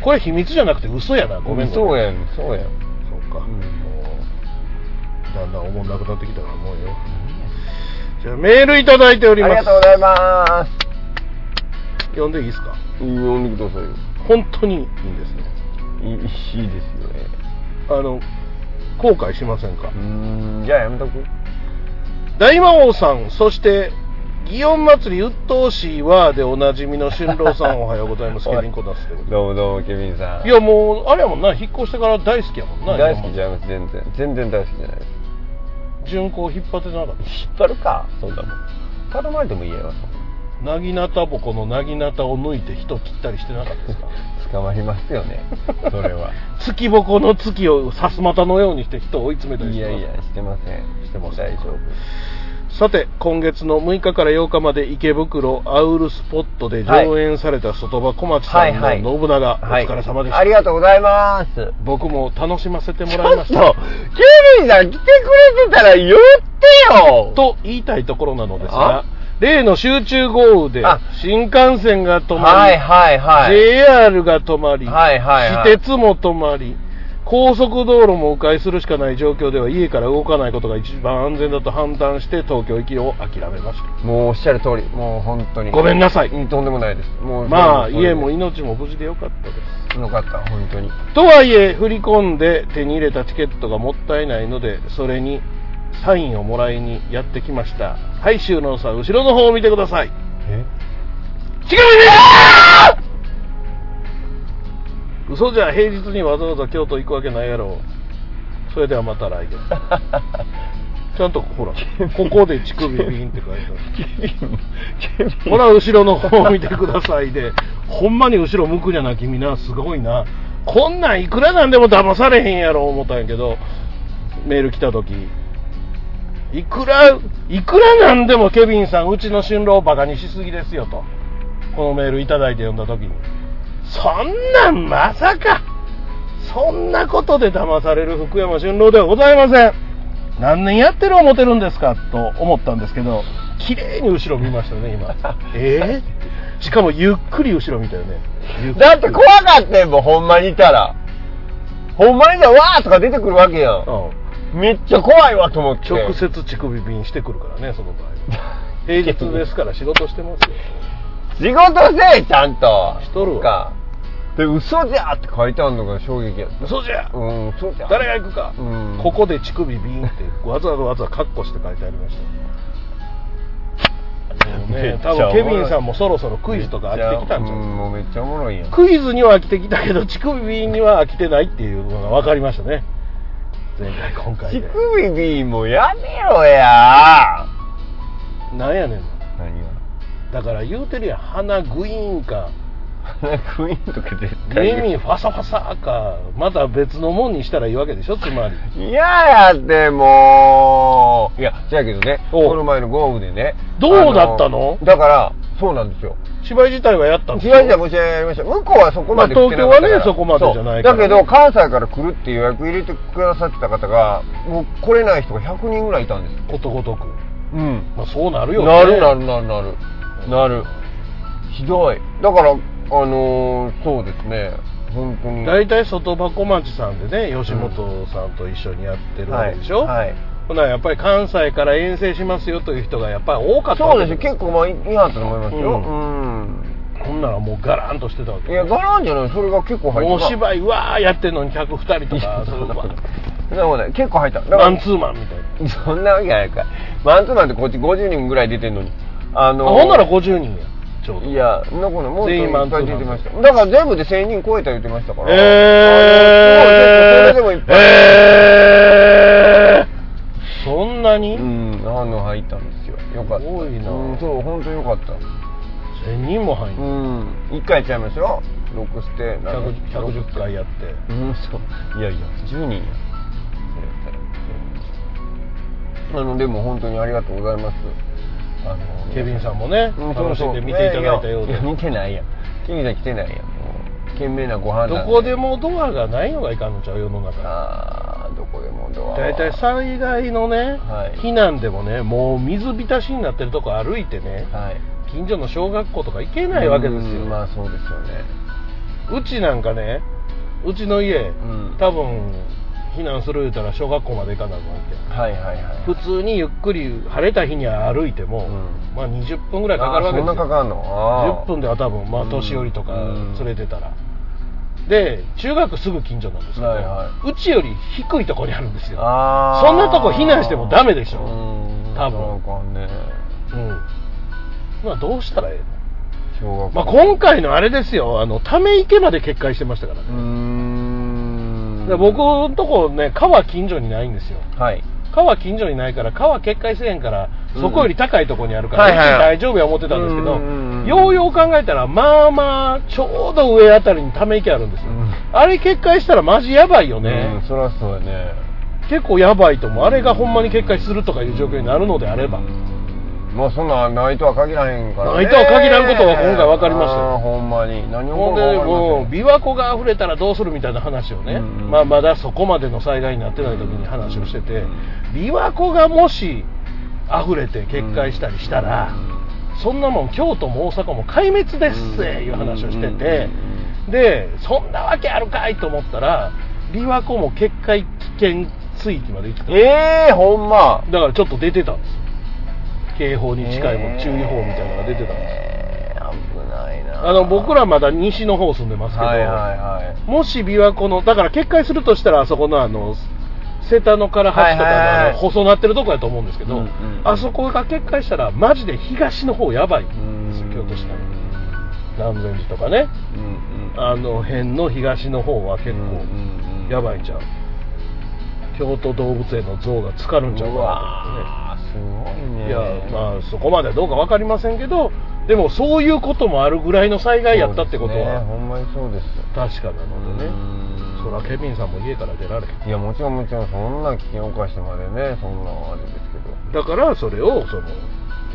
S1: これ秘密じゃなくて嘘やなごめん
S2: そうや
S1: ん
S2: ん、そうやん。
S1: そうか、
S2: う
S1: も
S2: ん
S1: うだんだん思んなくなってきたと思うよじゃあメールいただいており
S2: あ
S1: ます
S2: りがとうございます。
S1: 読んでいいですか
S2: 呼んでくださいよ。
S1: 本当にいいんですね
S2: いいいいですよね。
S1: あの後悔しませんか
S2: うーん、じゃあやめとく。
S1: 大魔王さんそして祇園祭り鬱陶しいわーでおなじみの春郎さんおはようござい ますケビンコダスでございま
S2: どうもどうもケビンさん
S1: すいやもうあれやもんな引っ越してから大好きやもんな
S2: 大好きじ
S1: ゃ
S2: ゃない全然全然大好きじゃないです
S1: 巡行引っ張ってなかっ
S2: 引っ張るかそんなもん頼まれてもいいやろ
S1: たなぎなたぼこのなぎなたを抜いて人切ったりしてなかったですか
S2: 捕まりますよねそれは
S1: 月ぼこの月をさすまたのようにして人を追い詰めたり
S2: い
S1: して
S2: や
S1: ます
S2: いやしてませんしてません大丈夫
S1: さて今月の6日から8日まで池袋アウルスポットで上演された外場小町さんの信長、お疲れ様でした、
S2: ありがとうございます
S1: 僕も楽しませても
S2: ち
S1: らい
S2: ょ
S1: ま
S2: っ
S1: したと
S2: とケビンさん来てくれてたら言ってよ
S1: 言いたいところなのです
S2: あ
S1: が例の集中豪雨で
S2: あ
S1: 新幹線が止まり、
S2: はいはいはい、
S1: JR が止まり、
S2: はいはいはい
S1: 私鉄も止まり高速道路も迂回するしかない状況では家から動かないことが一番安全だと判断して東京行きを諦めました
S2: もうおっしゃる通りもう本当に
S1: ごめんなさい
S2: うんとんでもないですもう
S1: まあ家も
S2: よ
S1: 命も無事でよかったです
S2: かった本当に
S1: とはいえ振り込んで手に入れたチケットがもったいないのでそれにサインをもらいにやってきましたはい収納さん後ろの方を見てください
S2: え
S1: 違う嘘じゃ平日にわざわざ京都行くわけないやろそれではまた来月ちゃんとほらここで乳首ビンって書いてある ほら後ろの方を見てくださいでほんまに後ろ向くじゃな君なすごいなこんなんいくらなんでも騙されへんやろ思ったんやけどメール来た時いくらいくらなんでもケビンさんうちの春郎をバカにしすぎですよとこのメールいただいて読んだ時にそんなんまさかそんなことで騙される福山春郎ではございません何年やってる思ってるんですかと思ったんですけど綺麗に後ろ見ましたね今 ええしかもゆっくり後ろ見たよねゆっくり
S2: だって怖かったもんほんまにいたらほんまにだわーとか出てくるわけやん
S1: うん
S2: めっちゃ怖いわと思って
S1: 直接乳首便してくるからねその場合平日ですから仕事してますよ
S2: 仕事せえちゃんと
S1: しとるわ
S2: かで嘘じゃって書いてあるのが衝撃やった
S1: 嘘じゃ
S2: うん嘘じゃ
S1: 誰が行くか、
S2: うん
S1: ここで乳首ビーンってわざわざカッコして書いてありましたもう
S2: め
S1: ね
S2: っち
S1: 多
S2: ゃおもろ
S1: 分
S2: い
S1: ケビンさんもそろそろクイズとか飽きてきたんじゃ
S2: うん
S1: ん
S2: もうめっちゃおもろいやん
S1: クイズには飽きてきたけど乳首ビーンには飽きてないっていうのが分かりましたね前回今回
S2: 乳
S1: で
S2: 首ビーもやめろや
S1: なんやねんな
S2: 何が
S1: だから言うてるやん鼻グイーンか
S2: 鼻 クイーンとか絶対
S1: 耳ファサファサかまた別のもんにしたらいいわけでしょつまり
S2: 嫌やってもういや違うけどね
S1: おう
S2: この前の豪雨でね
S1: どうだったの
S2: あだからそうなんですよ
S1: 芝居自体はやったんで
S2: 違
S1: すよ
S2: う違う申し上げました向こうはそこまで
S1: まあ
S2: 来てなかった
S1: 東
S2: から、
S1: 京はねそこまでじゃないから
S2: そうだけど関西から来るっていう予約入れてくださってた方がもう来れない人が100人ぐらいいたんです
S1: ことごとく、
S2: うん
S1: まあ、そうなるよね
S2: なるなるなるなるなるひどいだからあのーそうですね本当に
S1: 大体外箱町さんでね吉本さんと一緒にやってるわけでしょ、
S2: はいはい
S1: ほなやっぱり関西から遠征しますよという人がやっぱり多かった
S2: そうです
S1: よ
S2: よ結構まあいいはったと思いますよ
S1: う
S2: うん、
S1: こんならもうガランとしてたわけ
S2: いやガランじゃないそれが結構入
S1: も
S2: っ
S1: う
S2: てた
S1: 芝居わーやってんのに客2人と
S2: いや
S1: かそれわ
S2: そんなことない結構入っただから
S1: マンツーマンみたいな
S2: そんなわけないかマンツーマンってこっち50人ぐらい出てんのにあ
S1: あ
S2: のー
S1: ほんなら50人やちょうど
S2: いやそんなことないもう
S1: 全員マンツーマン
S2: いっぱい出てましただから全部で1000人超えた言ってましたから
S1: えー、
S2: あのすごいちょっとそれでもいっぱい
S1: えー、そんなに、
S2: うん反応入ったんですよよかった
S1: すごいな
S2: うん、そう本当よかった
S1: 1000人も入ん
S2: う
S1: の、
S2: ん1回やっちゃいましょうロックステーなんか
S1: 100 110回やって
S2: うんそういやいや10人やそれやったらあのでも本当にありがとうございますあの
S1: ケビンさんもね、
S2: うんそう
S1: 楽し
S2: そ
S1: ん
S2: う
S1: で見ていただいたようで、
S2: やや見てないやんケビンさん来てないやんもう懸命なご飯
S1: ど
S2: なん
S1: こでもドアがないのがいかんのちゃう世の中
S2: あーどこでもドア
S1: 大体災害のね、
S2: はい
S1: 避難でもねもう水浸しになってるとこ歩いてね
S2: はい
S1: 近所の小学校とか行けないわけですよ
S2: うんまあそうですよね
S1: うちなんかねうちの家、
S2: ん
S1: 多分避難する言うたら小学校まで行かなくなって
S2: はいはいはい
S1: 普通にゆっくり晴れた日には歩いても、
S2: うん
S1: まあ20分ぐらいかかるわけで
S2: あー
S1: すよ
S2: そんなかかんのあ
S1: 10
S2: ー
S1: 分では多分まあ
S2: うん
S1: 年寄りとか
S2: うん
S1: 連れてたら、で中学すぐ近所なんですけど、
S2: はいは
S1: うちより低いとこにあるんですよ、
S2: あー
S1: そんなとこ避難してもダメでしょ
S2: うん
S1: 多
S2: 分なんかね
S1: うんまあどうしたらええの、
S2: 小学校
S1: まあ、今回のあれですよあのため池まで決壊してましたからね
S2: うーん
S1: で僕のとこね川近所にないんですよ
S2: はい
S1: 川近所にないから川決壊せえへんからそこより高いとこにあるから、
S2: はいはいは
S1: うち大
S2: い
S1: 丈夫や思ってたんですけど、
S2: うんうんうん
S1: ようよう考えたらまあまあちょうど上あたりにため池あるんですよ、
S2: うん
S1: あれ決壊したらマジやばいよね
S2: うん、そりゃそうやね
S1: 結構やばいと思うあれがほんまに決壊するとかいう状況になるのであれば、
S2: うんまあそんなないとは限らへんから、ね、
S1: ないとは限らんことが今回分かりましたよ
S2: あーほんまに何
S1: ほ
S2: を
S1: ん
S2: 起こる
S1: で
S2: か
S1: もう
S2: 分かりま
S1: 琵
S2: せん
S1: 琶湖が溢れたらどうするみたいな話をね、
S2: うんうん
S1: まあ、まだそこまでの災害になってない時に話をしてて
S2: うん
S1: 琵琶湖がもし溢れて決壊したりしたら、そんなもん京都も大阪も壊滅ですっていう話をしててでそんなわけあるかいと思ったら琵琶湖も決壊危険水域まで行ってた
S2: ええー、ほんま
S1: だからちょっと出てたんです警報に近いも
S2: え
S1: ん
S2: ー
S1: 注意報みたいなのが出てたんです
S2: えー危ないな
S1: あの僕らまだ西の方住んでますけど、
S2: はいはいはい
S1: もし琵琶湖のだから決壊するとしたらあそこのあの瀬田のから橋とかの
S2: はいはいはい
S1: あの細なってるとこやと思うんですけど、
S2: うんうん
S1: あそこが決壊したらマジで東の方やばいんですよ京都市内南禅寺とかね
S2: うんうん
S1: あの辺の東の方は結構
S2: うんうん
S1: やばいんちゃう京都動物園の像が浸かるんちゃう
S2: う
S1: か
S2: わーすごい
S1: な
S2: ね
S1: いやまあそこまではどうか分かりませんけどでもそういうこともあるぐらいの災害やったってこと
S2: そうですねほ
S1: は
S2: んまにそうです
S1: 確かなのでね
S2: うん
S1: そらケビンさんも家から出られへん
S2: いやもちろんもちろんそんな危険を犯してまでねそんなあれですけど
S1: だからそれをその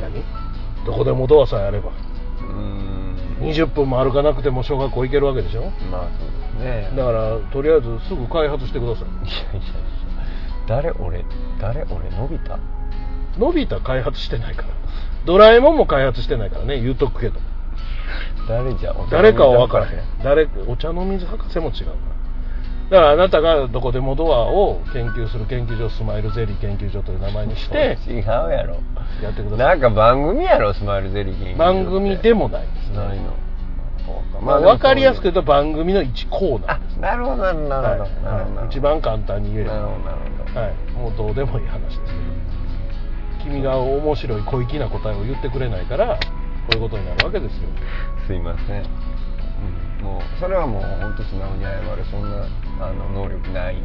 S1: 何どこでもドアさえあれば
S2: うーん
S1: 20分も歩かなくても小学校行けるわけでしょ
S2: まあそうで
S1: だ
S2: すね
S1: からとりあえずすぐ開発してください
S2: いやいやいや誰俺誰俺伸びた
S1: のび太開発してないからドラえもんも開発してないからね言うとくけど
S2: 誰じゃお
S1: 誰かは分からへん誰お茶の水博士も違うからだからあなたがどこでもドアを研究する研究所スマイルゼリー研究所という名前にし
S2: してて違うやろ
S1: やってくださ
S2: ないんか番組やろスマイルゼリー研究所って
S1: 番組でもないですね
S2: ないのそうか
S1: まあ、
S2: でもそう
S1: 分かりやすく言うと番組の1コーナ
S2: あ
S1: ーです
S2: なるほどなるほどなるほどなるほど
S1: はい一番簡単に言え
S2: なる
S1: ば、
S2: ほどなるほど
S1: はい、もうどうでもいい話です君が面白い小粋な答えを言ってくれないからこういうことになるわけですよ
S2: すいません、うん、もうそれはもう本当素直に謝るそんなあの能力ない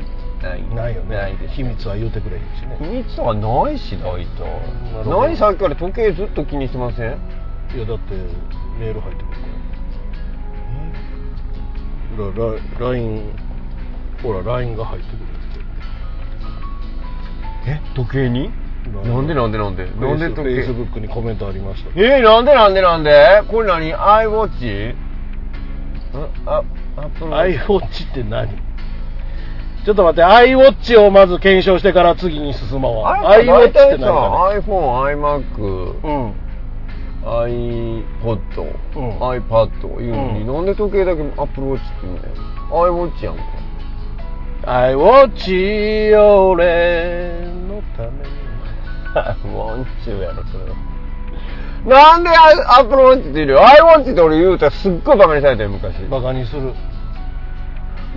S2: ない
S1: ないよね
S2: ないです
S1: 秘密は言うてくれへんし
S2: 秘
S1: ね
S2: 密とかないしないと
S1: なるほど
S2: 何さっきから時計ずっと気にしてません
S1: いやだってメール入ってくるからララ LINE ほら LINE が入ってくる
S2: え時計になんでなんでなんでなんで時
S1: フェイ
S2: 計
S1: スブックにコメントありました
S2: えー、なんでなんでなんでこれ何 ?iWatch? んあ、アップ
S1: iWatch って何ちょっと待って iWatch をまず検証してから次に進もう iWatch って何かね
S2: iPhone、
S1: う
S2: iMac、
S1: ん
S2: iPod、
S1: ん
S2: iPad いうのに、
S1: うん
S2: なんで時計だけ Apple Watch って言うのよ iWatch やんか
S1: iWatch 俺のために
S2: iWatch やろそれはなんで Apple Watch って言うのよ iWatch って俺言うたらすっごいバカにされたよ昔だ
S1: バカにする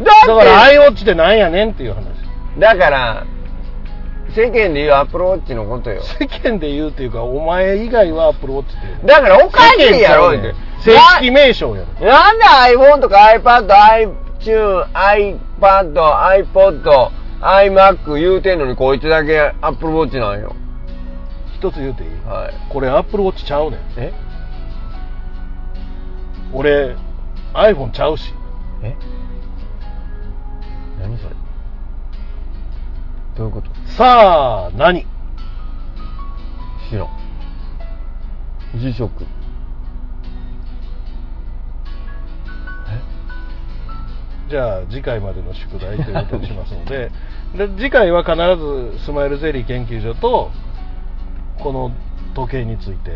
S1: だ
S2: だ
S1: から iWatch ってなんやねんっていう話
S2: だから世間で言う Apple Watch のことよ
S1: 世間で言うっていうかお前以外は Apple Watch っていう
S2: だからおかしいやろ
S1: 世間ちゃうね
S2: 言うて
S1: ん正式名称やろ
S2: なんで iPhone とか iPad、iTune、iPad、iPod、iMac 言うてんのにこいつだけ Apple Watch なんよ。
S1: 一つ言うていい
S2: はい。
S1: これ Apple Watch ちゃうねん
S2: え
S1: 俺 iPhone ちゃうし
S2: え何それどういうこと
S1: さあ何
S2: 知らん。G ショック。
S1: じゃあ次回までの宿題ということにしますの でで次回は必ずスマイルゼリー研究所とこの時計について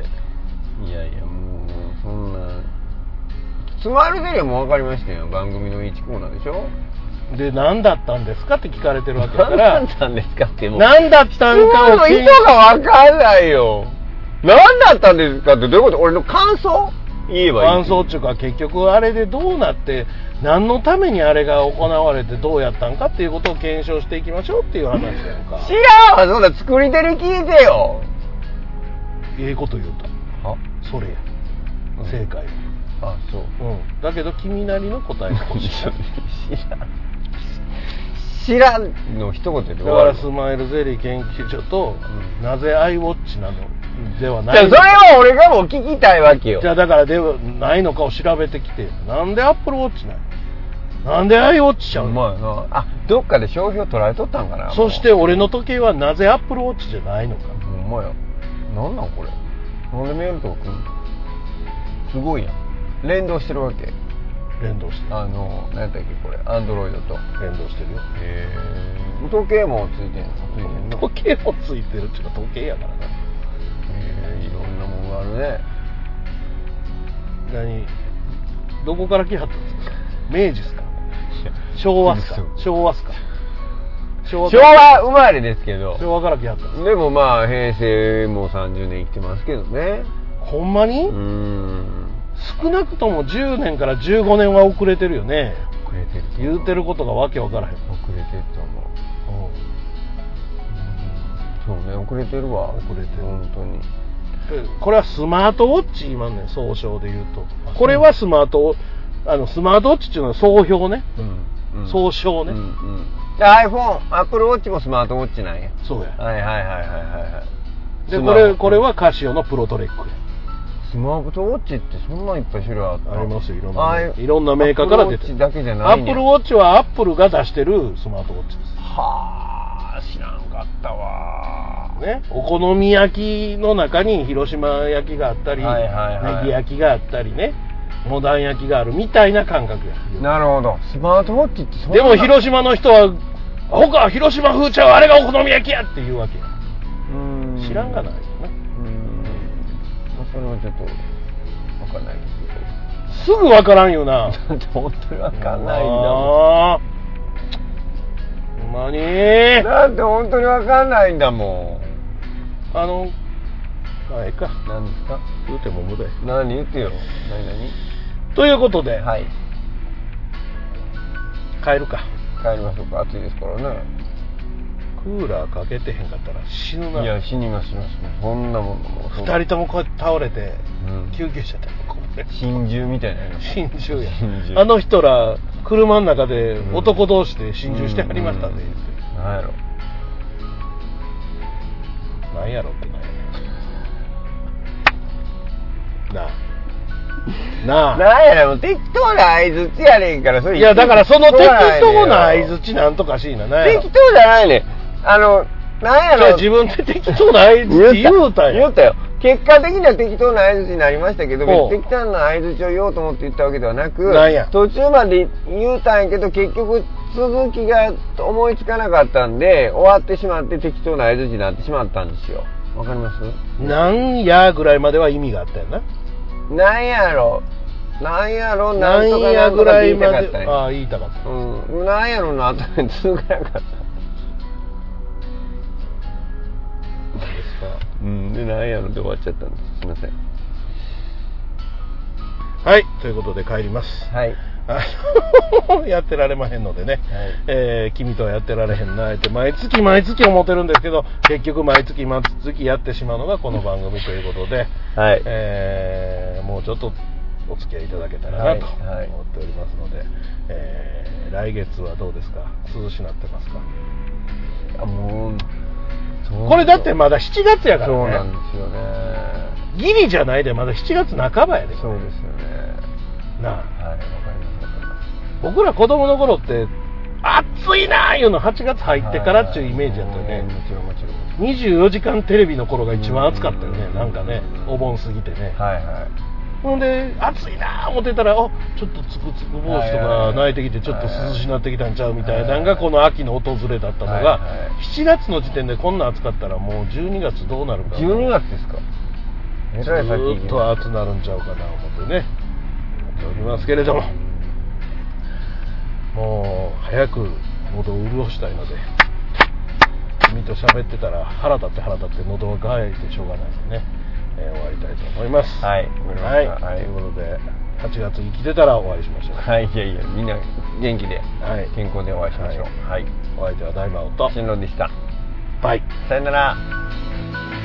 S2: いやいや、もう、そんな。スマイルゼリーはもう分かりましたよ。番組の1コーナーでしょ
S1: で何だったんですかって聞かれてるわけだか
S2: 何
S1: ら
S2: だったんですかっても う。
S1: 何だったんかを
S2: の意
S1: 検
S2: 図がわかんないよ。何だったんですかってどういうこと俺の感想言えばいい。
S1: 伴奏っていうか結局あれでどうなって何のためにあれが行われてどうやったんかっていうことを検証していきましょうっていう話やんか
S2: 知らんわ、そんな作り手に聞いてよ。
S1: ええこと言うと
S2: は
S1: それや正解、
S2: あ、そう。
S1: うん、だけど君なりの答えが欲しい
S2: 知らん。知らんの一言で
S1: だ
S2: 終
S1: か
S2: わ
S1: ら
S2: る。
S1: スマイルゼリー研究所と、
S2: うん
S1: なぜアイウォッチなのでは
S2: じ
S1: な
S2: ゃあそ
S1: い
S2: れは俺がもう聞きたいわけよ
S1: じ。ゃあだからではないのかを調べてきてなんでアップルウォッチなのなんでアイウォッチちゃう
S2: う
S1: の
S2: まいな。あ、どっかで商標取られとったんかな。
S1: そして俺の時計はなぜアップルウォッチじゃないのか
S2: ほんまや。なんなんこれ。なんでメールとか来んのすごいやん。連動してるわけ。
S1: 連動してる
S2: あの、なんやったっけこれ。アンドロイドと。
S1: 連動してるよ
S2: へえ。時計もついてんのついてんの
S1: 時計もついてるっていうか時計やからな
S2: へえいろんなもんがあるね。
S1: 何どこから来はったんですか明治っすか昭和っすか
S2: 嘘
S1: 昭和っすか昭
S2: 昭和生まれですけど。
S1: 昭和から来はったんです
S2: でもまあ、平成も30年生きてますけどね。
S1: ほんまに、
S2: うーん。
S1: 少なくとも10年から15年は遅れてるよね
S2: 遅れてる
S1: 言うてることがわけわからへん
S2: 遅れてると思う。遅れてるわ
S1: 遅れてる
S2: 本当に
S1: これはスマートウォッチ今ね総称で言うとこれはスマートあのスマートウォッチっていうのは総評ね、
S2: うん、うん、
S1: 総称ね、
S2: うんうん、で iPhone、Apple Watch もスマートウォッチなんや。
S1: そうや
S2: はいはいはいはいはいはい。
S1: で
S2: ス
S1: こ
S2: マホ
S1: れこれはカシオのプロトレックや
S2: スマートウォッチってそんないっぱい種類あった
S1: ありますよいろん
S2: ああ
S1: な
S2: う
S1: いろんなメーカーから出て
S2: Apple Watch
S1: る
S2: だけじゃ
S1: ア
S2: ない
S1: ップルウ
S2: ォッチ
S1: ォッチはアップルが出してるスマートウォッチです
S2: はあ知らんかったわ
S1: ね、お好み焼きの中に広島焼きがあったり、
S2: はいはいは
S1: ネ
S2: い
S1: ギ焼きがあったりねモダン焼きがあるみたいな感覚や
S2: なるほどスマートウォッチってそんな
S1: でも広島の人は「ほか広島風ちゃうあれがお好み焼きや!」って言うわけや
S2: うん
S1: 知らんがないうよね
S2: んまあそれはちょっとわかんないです
S1: すぐわからんよな
S2: けど本当にわかんないん
S1: ああほんまに
S2: だもんだって本当にわかんないんだも
S1: あのあええか
S2: ん何ですか
S1: 言うても無駄や
S2: 何言ってよ何何
S1: ということで、
S2: はい
S1: 帰るか
S2: 帰りましょうか暑いですからね
S1: クーラーかけてへんかったら死ぬない
S2: や死にます死にますそんなもんもう
S1: 2人ともこうやって倒れて
S2: うん
S1: 救急車でこれ
S2: 真珠みたいなやつ
S1: 心中や
S2: 心中
S1: あの人ら車の中で
S2: うん
S1: 男同士で心中してはりましたね、言って
S2: 何やろ
S1: なんやろってなんやねんなあなあ
S2: 何やろもう適当な相槌やねんからそれ
S1: いやだからその適当な
S2: 相
S1: 相づちなんとかしいななんやろ
S2: 適当じゃないねんあの何や
S1: じゃあ
S2: ろ
S1: 自分で適当な相づち言うたんや
S2: 言うたよ結果的には適当な相槌になりましたけど
S1: ほう
S2: 別に適当な相槌を言おうと思って言ったわけではなく
S1: なんや
S2: 途中まで言うたんやけど結局続きが思いつかなかったんで終わってしまって適当な相槌になってしまったんですよわかります
S1: なんやぐらいまでは意味があったよな
S2: なんやろなんやろ
S1: な
S2: なんと
S1: ん
S2: か
S1: や
S2: なん
S1: ぐ
S2: とから言
S1: い
S2: いた
S1: ま
S2: かっ
S1: で
S2: たん
S1: あ
S2: や
S1: あ言いたかった
S2: うん、なんやろの後に続かなかった
S1: んですか
S2: うんでなんやろで終わっちゃったんですすいません
S1: はいということで帰ります
S2: はい
S1: あの やってられまへんのでね、えー君とはやってられへんなって毎月毎月思ってるんですけど結局毎月毎月やってしまうのがこの番組ということで、
S2: はい
S1: えーもうちょっとお付き合いいただけたらなと
S2: はいはい
S1: 思っておりますので、えー来月はどうですか涼しなってますか
S2: あもう
S1: これだってまだ7月やか
S2: そうな
S1: ら
S2: ん
S1: ね
S2: ですよね
S1: ギリじゃないでまだ7月半ばやで
S2: そうですよね
S1: なあ
S2: はいわかりますわかります
S1: 僕ら子供の頃って暑いなあいうの8月入ってからっていうイメージやったよね、
S2: はいはいもちろんもちろんもち
S1: 24時間テレビの頃が一番暑かったよね、
S2: うん
S1: なんかね、お盆過ぎてね、
S2: ろんはいはい
S1: ほんで、暑いなぁ思ってたら、あちょっとつくつく帽子とか
S2: はい
S1: 泣いてきて、ちょっと涼しになってきたんちゃうみたいなのが、この秋の訪れだったのが
S2: はいはい、
S1: 7月の時点でこんな暑かったら、もう12月どうなるかな、
S2: 12月ですかえ
S1: ず
S2: らい先
S1: ーっと暑なるんちゃうかな思ってね、思っておりますけれども、もう早く喉を潤したいので、君と喋ってたら腹立って腹立って喉が渇いてしょうがないのでね、えー終わりたいと思います。
S2: は
S1: は
S2: い
S1: い、
S2: わかりましたはい
S1: ということで、8月生きてたらお会いしましょう。
S2: はいいやいやみんな元気で
S1: はい、
S2: 健康でお会いしましょうはい
S1: お相手は大魔王と、
S2: 進路でした
S1: バイ。
S2: さよなら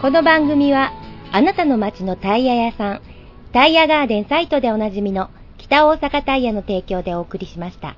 S7: この番組は、あなたの街のタイヤ屋さん、タイヤガーデンサイトでおなじみの北大阪タイヤの提供でお送りしました。